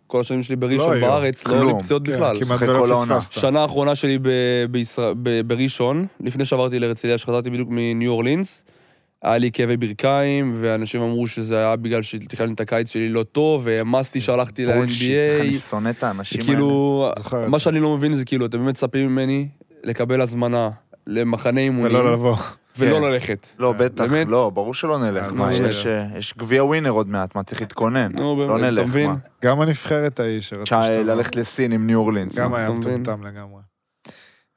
כל השנים שלי
לא
בראשון
היו.
בארץ, לא היו
כלום.
לי פציעות
כן,
בכלל.
כמעט
אחרי
ולא
כל העונה.
פספסת.
שנה האחרונה שלי ב- בישראל- ב- בראשון, לפני שעברתי להרצליה, שחזרתי בדיוק מניו אורלינס, היה לי כאבי ברכיים, ואנשים אמרו שזה היה בגלל שתכננתי את הקיץ שלי לא טוב, והעמסתי שהלכתי
בולשיט, איך אני
ל-NBA.
שונא את האנשים האלה.
כאילו,
זוכר את
מה
זה.
שאני לא מבין זה כאילו, אתם באמת מצפים ממני לקבל הזמנה למחנה אימונים,
ולא לבוא.
ולא
כן.
ללכת.
לא, בטח,
באמת?
לא, ברור שלא נלך.
אה,
מה,
לא
יש- יש גביע ווינר עוד מעט, מה, צריך להתכונן.
נו,
לא
באמת, אתה
נלך,
מבין?
מה.
גם הנבחרת ההיא שרצה
צ'אי, ללכת לסין עם ניו אורלינס.
גם
מה?
היה
אתה מבין?
מטומטם לגמרי.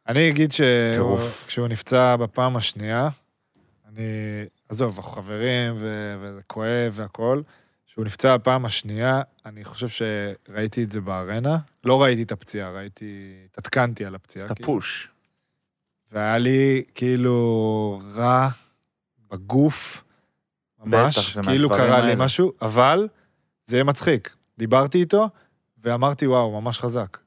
אני אגיד שהוא-
טירוף.
כשהוא נפצע בפעם השנייה, אני... עזוב, אנחנו חברים, ו- וזה כואב והכול. כשהוא נפצע בפעם השנייה, אני חושב שראיתי את זה בארנה. לא ראיתי את הפציעה, ראיתי... התעדכנתי על הפציעה.
אתה
כאילו.
פוש.
והיה לי כאילו רע בגוף,
בטח,
ממש,
זה
כאילו
מהדברים
קרה לי
האלה.
משהו, אבל זה יהיה מצחיק. דיברתי איתו, ואמרתי, וואו, ממש חזק.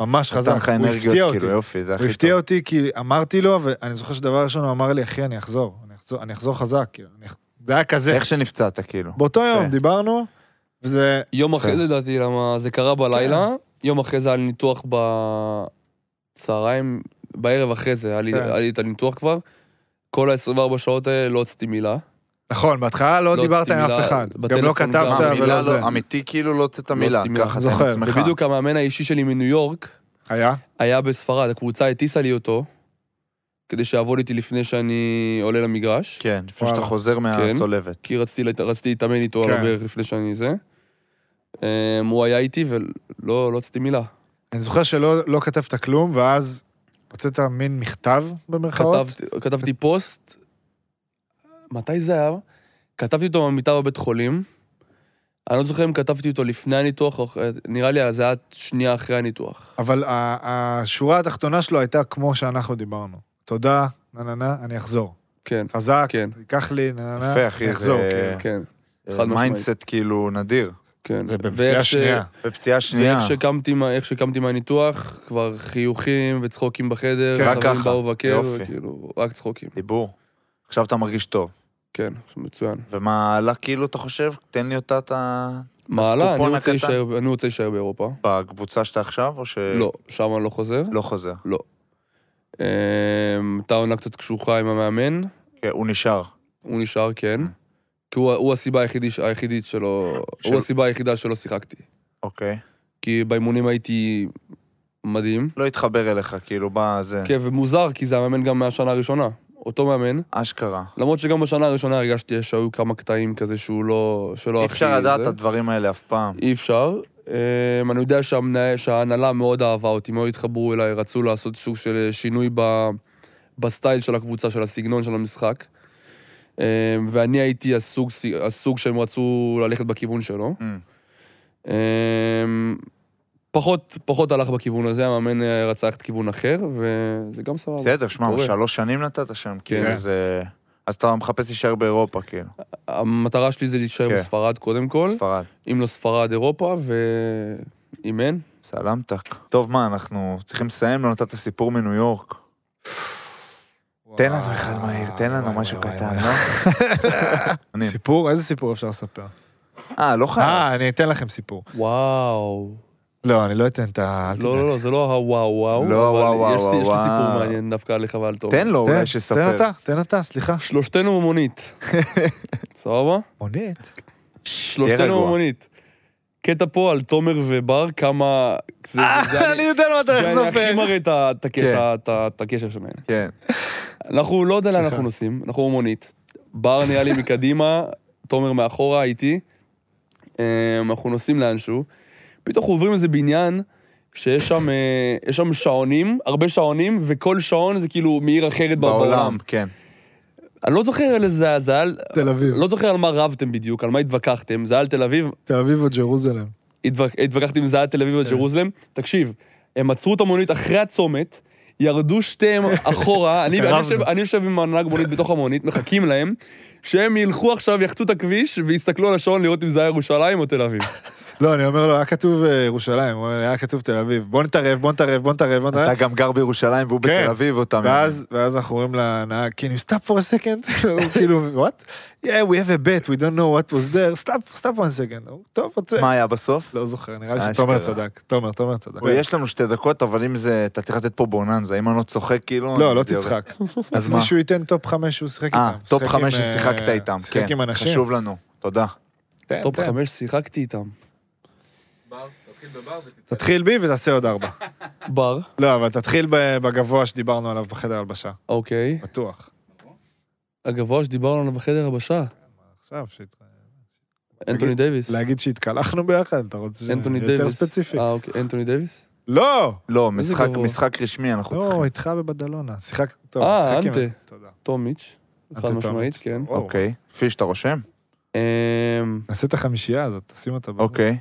ממש חזק.
נתן לך
הוא הפתיע
אנרגיות,
אותי.
כאילו, יופי, זה הכי
הוא
טוב.
הפתיע אותי כי אמרתי לו, ואני זוכר שדבר ראשון הוא אמר לי, אחי, אני אחזור. אני אחזור, אני אחזור חזק, כאילו. אני אח- זה היה כזה.
איך שנפצעת, כאילו.
באותו יום
יפה.
דיברנו, וזה...
יום
כן.
אחרי זה לדעתי, למה זה קרה בלילה, יום אחרי זה היה לי ניתוח בצהריים, בערב אחרי זה היה לי-
כן.
היה לי את הניתוח כבר. כל ה-24 שעות האלה לא הוצאתי מילה.
נכון, בהתחלה לא
לא
דיברת עם
הוצאתי
אף
מילה,
אחד. גם לא
בטלפון גם.
כתבת
אה,
המילה
ולא זה.
לא, אמיתי, כאילו לא הוצאת מילה,
הוצאתי מילה.
ככה זה עם
זוכר.
עצמך.
ובדיוק המאמן האישי שלי מניו יורק,
היה?
היה בספרד, הקבוצה הטיסה לי אותו, כדי שיעבוד איתי לפני שאני עולה למגרש.
כן, לפני שאתה
וואלה.
חוזר מהצולבת.
כי רציתי, לה- רציתי להתאמן איתו על
כן.
הברך לפני שאני זה. אמ, הוא היה איתי ולא לא רציתי מילה.
אני זוכר שלא לא כתבת כלום, ואז הוצאת מין מכתב במרכאות.
כתבתי, כתבתי פוסט, מתי זה היה? כתבתי אותו במיטה בבית חולים. אני לא זוכר אם כתבתי אותו לפני הניתוח, או אחרי- נראה לי זה היה שנייה אחרי הניתוח.
אבל ה- השורה התחתונה שלו הייתה כמו שאנחנו דיברנו. תודה, נה נה נה, אני אחזור.
כן,
חזק,
כן,
ייקח לי, נה נה
יפה,
נה,
אחי,
אני אחזור.
זה-
כאילו.
כן,
אה,
חד משמעית.
מיינדסט כאילו נדיר.
כן.
זה בפציעה
ואיך ש-
שנייה.
בפציעה שנייה.
ואיך שקמתי, מה- איך שקמתי מהניתוח, כבר חיוכים וצחוקים בחדר,
כן,
חברים
רק ככה.
באו לבקר,
יופי.
כאילו, רק צחוקים.
דיבור. עכשיו אתה מרגיש טוב.
כן, מצוין.
ומה עלה כאילו, אתה חושב? תן לי אותה את ה...
מעלה, אני
הסקופון
רוצה
הקטן.
להישאר- אני רוצה להישאר באירופה.
בקבוצה שאתה עכשיו, או ש...
לא, שם אני לא חוזר.
לא חוזר.
אמ, הייתה עונה קצת קשוחה עם המאמן,
כן, הוא נשאר.
הוא נשאר, כן. כי הוא, הוא הסיבה היחידי, ש- היחידית שלו,
של-
הוא הסיבה היחידה שלא שיחקתי.
אוקיי.
כי באימונים הייתי מדהים.
לא התחבר אליך, כאילו, בא זה...
כן, ומוזר, כי זה המאמן גם מהשנה הראשונה. אותו מאמן.
אשכרה.
למרות שגם בשנה הראשונה הרגשתי שהיו כמה קטעים כזה שהוא לא... שלא
אי
הכי
אפשר לדעת את
זה.
הדברים האלה אף פעם.
אי אפשר. אמ, אני יודע שהמנה- שההנהלה מאוד אהבה אותי, מאוד התחברו אליי, רצו לעשות סוג של אה, שינוי ב... בסטייל של הקבוצה, של הסגנון של המשחק. אמ, ואני הייתי הסוג,
Mm.
הסוג שהם רצו ללכת בכיוון שלו.
אמ.
אמ, פחות, פחות הלך בכיוון הזה, המאמן אה, רצה ללכת כיוון אחר, וזה גם סבבה.
בסדר, שמע,
קורה.
שלוש שנים נתת שם,
כן.
כאילו זה... אז אתה מחפש להישאר באירופה, כאילו,
המטרה שלי זה להישאר
כן.
בספרד קודם כל,
ספרד.
אם לא ספרד, אירופה, ואם אין,
סלמתק. טוב, מה, אנחנו צריכים לסיים, לא נתת סיפור מניו יורק. תן לנו אחד מהיר, תן לנו משהו קטן, לא? אני-
סיפור? איזה סיפור אפשר לספר?
אה, לא חייב.
אה, אני אתן לכם סיפור.
וואו.
לא, אני לא אתן את ה... אל
לא,
תדאג.
לא, לא, זה לא הוואו וואו,
לא
אבל
הוואו
יש-
וואו
יש לי סיפור
וואו.
מעניין דווקא עליך ועל תום.
תן לו
תן,
לא, אולי
תן
שיספר.
אתה, תן אתה, סליחה.
שלושתנו מונית. סבבה?
מונית.
שלושתנו
רגוע.
מונית. קטע פה על תומר ובר, כמה... זה-
אה,
זה- זה-
יודע מה אתה
זה-
לא
אני הכי מראה את ה- את הקטע- את ה- את הקשר שלהם.
כן.
אנחנו לא יודע לאן אנחנו נוסעים, אנחנו מונית. בר נראה לי מקדימה, תומר מאחורה איתי. אה, אנחנו נוסעים לאנשהו. פתאום אנחנו עוברים איזה בניין שיש שם, אה, יש שם שעונים, הרבה שעונים, וכל שעון זה כאילו מעיר אחרת בעולם.
בעולם, כן.
אני לא זוכר על איזה, זה היה,
תל אביב.
לא זוכר על מה רבתם בדיוק, על מה התווכחתם, זה היה על תל אביב,
תל אביב או ג'רוזלם.
התווכ... התווכחתי עם זה עד תל אביב
כן.
וג'רוזלם. תקשיב, הם עצרו את המונית אחרי הצומת, ירדו שתיהם אחורה, אני, אני,
התקרבנו.
יושב, אני יושב עם הנהג מונית בתוך המונית, מחכים להם, שהם ילכו עכשיו, יחצו את הכביש ויסתכלו על השעון לראות אם זה היה ירושלים או תל אביב.
לא, אני אומר לו, היה כתוב אה, ירושלים, הוא אומר, היה כתוב תל אביב. בוא נתערב, בוא נתערב, בוא נתערב, בוא נתערב.
אתה גם גר בירושלים והוא
אה? כן.
בתל אביב אותם.
ואז, ואז אנחנו אומרים לנהג, can you stop for a second? הוא כאילו, what? Yeah, we have a bet, we don't know what was there, stop, stop one second. הוא, טוב, רוצה.
מה היה בסוף?
לא זוכר, נראה לי
אשכרה.
שתומר צדק. תומר, תומר צדק.
אוי, יש לנו שתי דקות, אבל אם זה... אתה צריך לתת פה בוננזה, אם אני לא צוחק, כאילו...
לא,
אני
לא
יורד.
תצחק.
אז מה?
מישהו ייתן טופ חמש שהוא שיחק איתם.
אה, טופ
שיחק
חמש
עם, אה,
ששיחקת איתם,
שיחק עם
כן.
אנשים. כן,
חשוב לנו, תודה.
תן,
טופ
תן.
חמש שיחקתי איתם.
תתחיל בי ותעשה עוד ארבע.
בר,
לא, אבל תתחיל ב- בגבוה שדיברנו עליו בחדר הלבשה.
אוקיי.
בטוח.
הגבוה שדיברנו עליו בחדר הבשה,
עכשיו, שית-
אנטוני דייוויס.
להגיד שהתקלחנו ביחד, אתה רוצה... ש-
אנטוני דייוויס.
יותר ספציפי.
אה, אוקיי, אנטוני דייוויס?
לא!
לא,
איזה
משחק-
גבוה.
משחק רשמי, אנחנו צריכים.
לא, איתך בבדלונה. שיחק... טוב,
אה,
שיחק עם-
אנטה.
תודה.
טומיץ', חד
אנטה
משמעית,
טומיץ'.
כן.
וואו.
אוקיי. כפי שאתה רושם?
אמ,
נעשה את החמישייה הזאת, תשים אותה. ב-
אוקיי.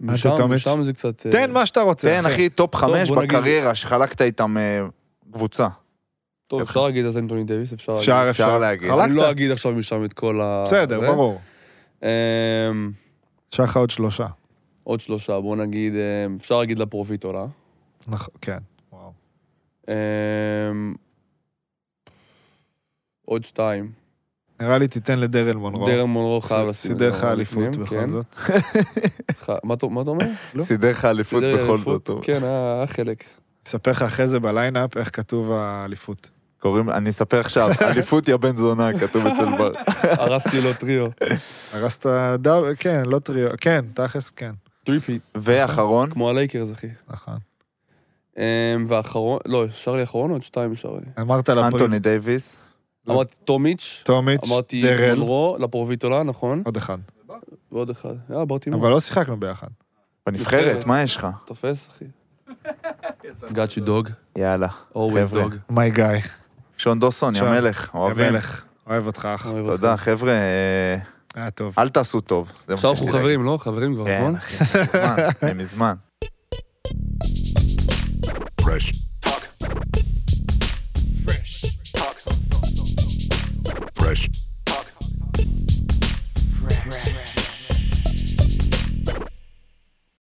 משם
טומיץ'.
משם זה קצת... אה,
תן מה שאתה רוצה.
תן, אחי, טופ חמש
בוא נגיד-
בקריירה שחלקת איתם אה, קבוצה.
טוב, אפשר להגיד אז אנטוני דייוויס, לא, אפשר להגיד.
אפשר, אפשר
אפשר להגיד.
חלקת.
אני לא אגיד אה, אוקיי. עכשיו משם את כל ה...
בסדר,
זה.
ברור.
אמ,
שחה עוד שלושה.
עוד שלושה, בוא נגיד, אמ, אפשר להגיד לפרוביטולה.
נכון, כן. וואו.
אמ, עוד שתיים.
נראה לי תיתן לדרל מונרו.
דרן מונרו חייב
ס-
לשים את
סידר
זה
לך אליפות
בפנים,
בכל
כן.
זאת.
ח- מה אתה מה אתה אומר? לא.
סידר לך אליפות
סידר לי
בכל
אליפות?
זאת. טוב.
כן, היה היה חלק.
אספר לך אחרי זה בליינאפ איך כתוב האליפות.
קוראים, אני אספר עכשיו, אליפות יא בן זונה, כתוב אצל בר.
הרסתי לו טריו.
הרסת דאב, כן, לא טריו, כן, תכלס, כן.
טריפי.
ואחרון,
כמו הלייקרס, אחי.
נכון.
אמ, ואחרון, לא, נשאר לי אחרון או עוד שתיים נשאר לי?
אמרת לפריט,
אנטוני דייוויס.
לא.
אמרתי טומיץ',
טומיץ',
אמרתי
דרל,
מונרו, לפרוביטולה, נכון?
עוד אחד.
ועוד אחד. אה, יאללה, ברתי
אבל לא שיחקנו ביחד.
בנבחרת, מה יש לך?
תופס, אחי. got you dog,
יאללה.
always
חבר'ה.
dog.
מיי גיא,
שון דוסון, יא
שון,
מלך, אוהבים.
המלך, אוהב אותך אח.
אוהב אותך.
תודה, חבר'ה, אה,
היה טוב.
אל תעשו טוב. זה מה כן,
עכשיו אנחנו
שיש לי להגיד.
חברים, לא? חברים כבר, נכון?
כן, אחי, מזמן, מזמן.
Fresh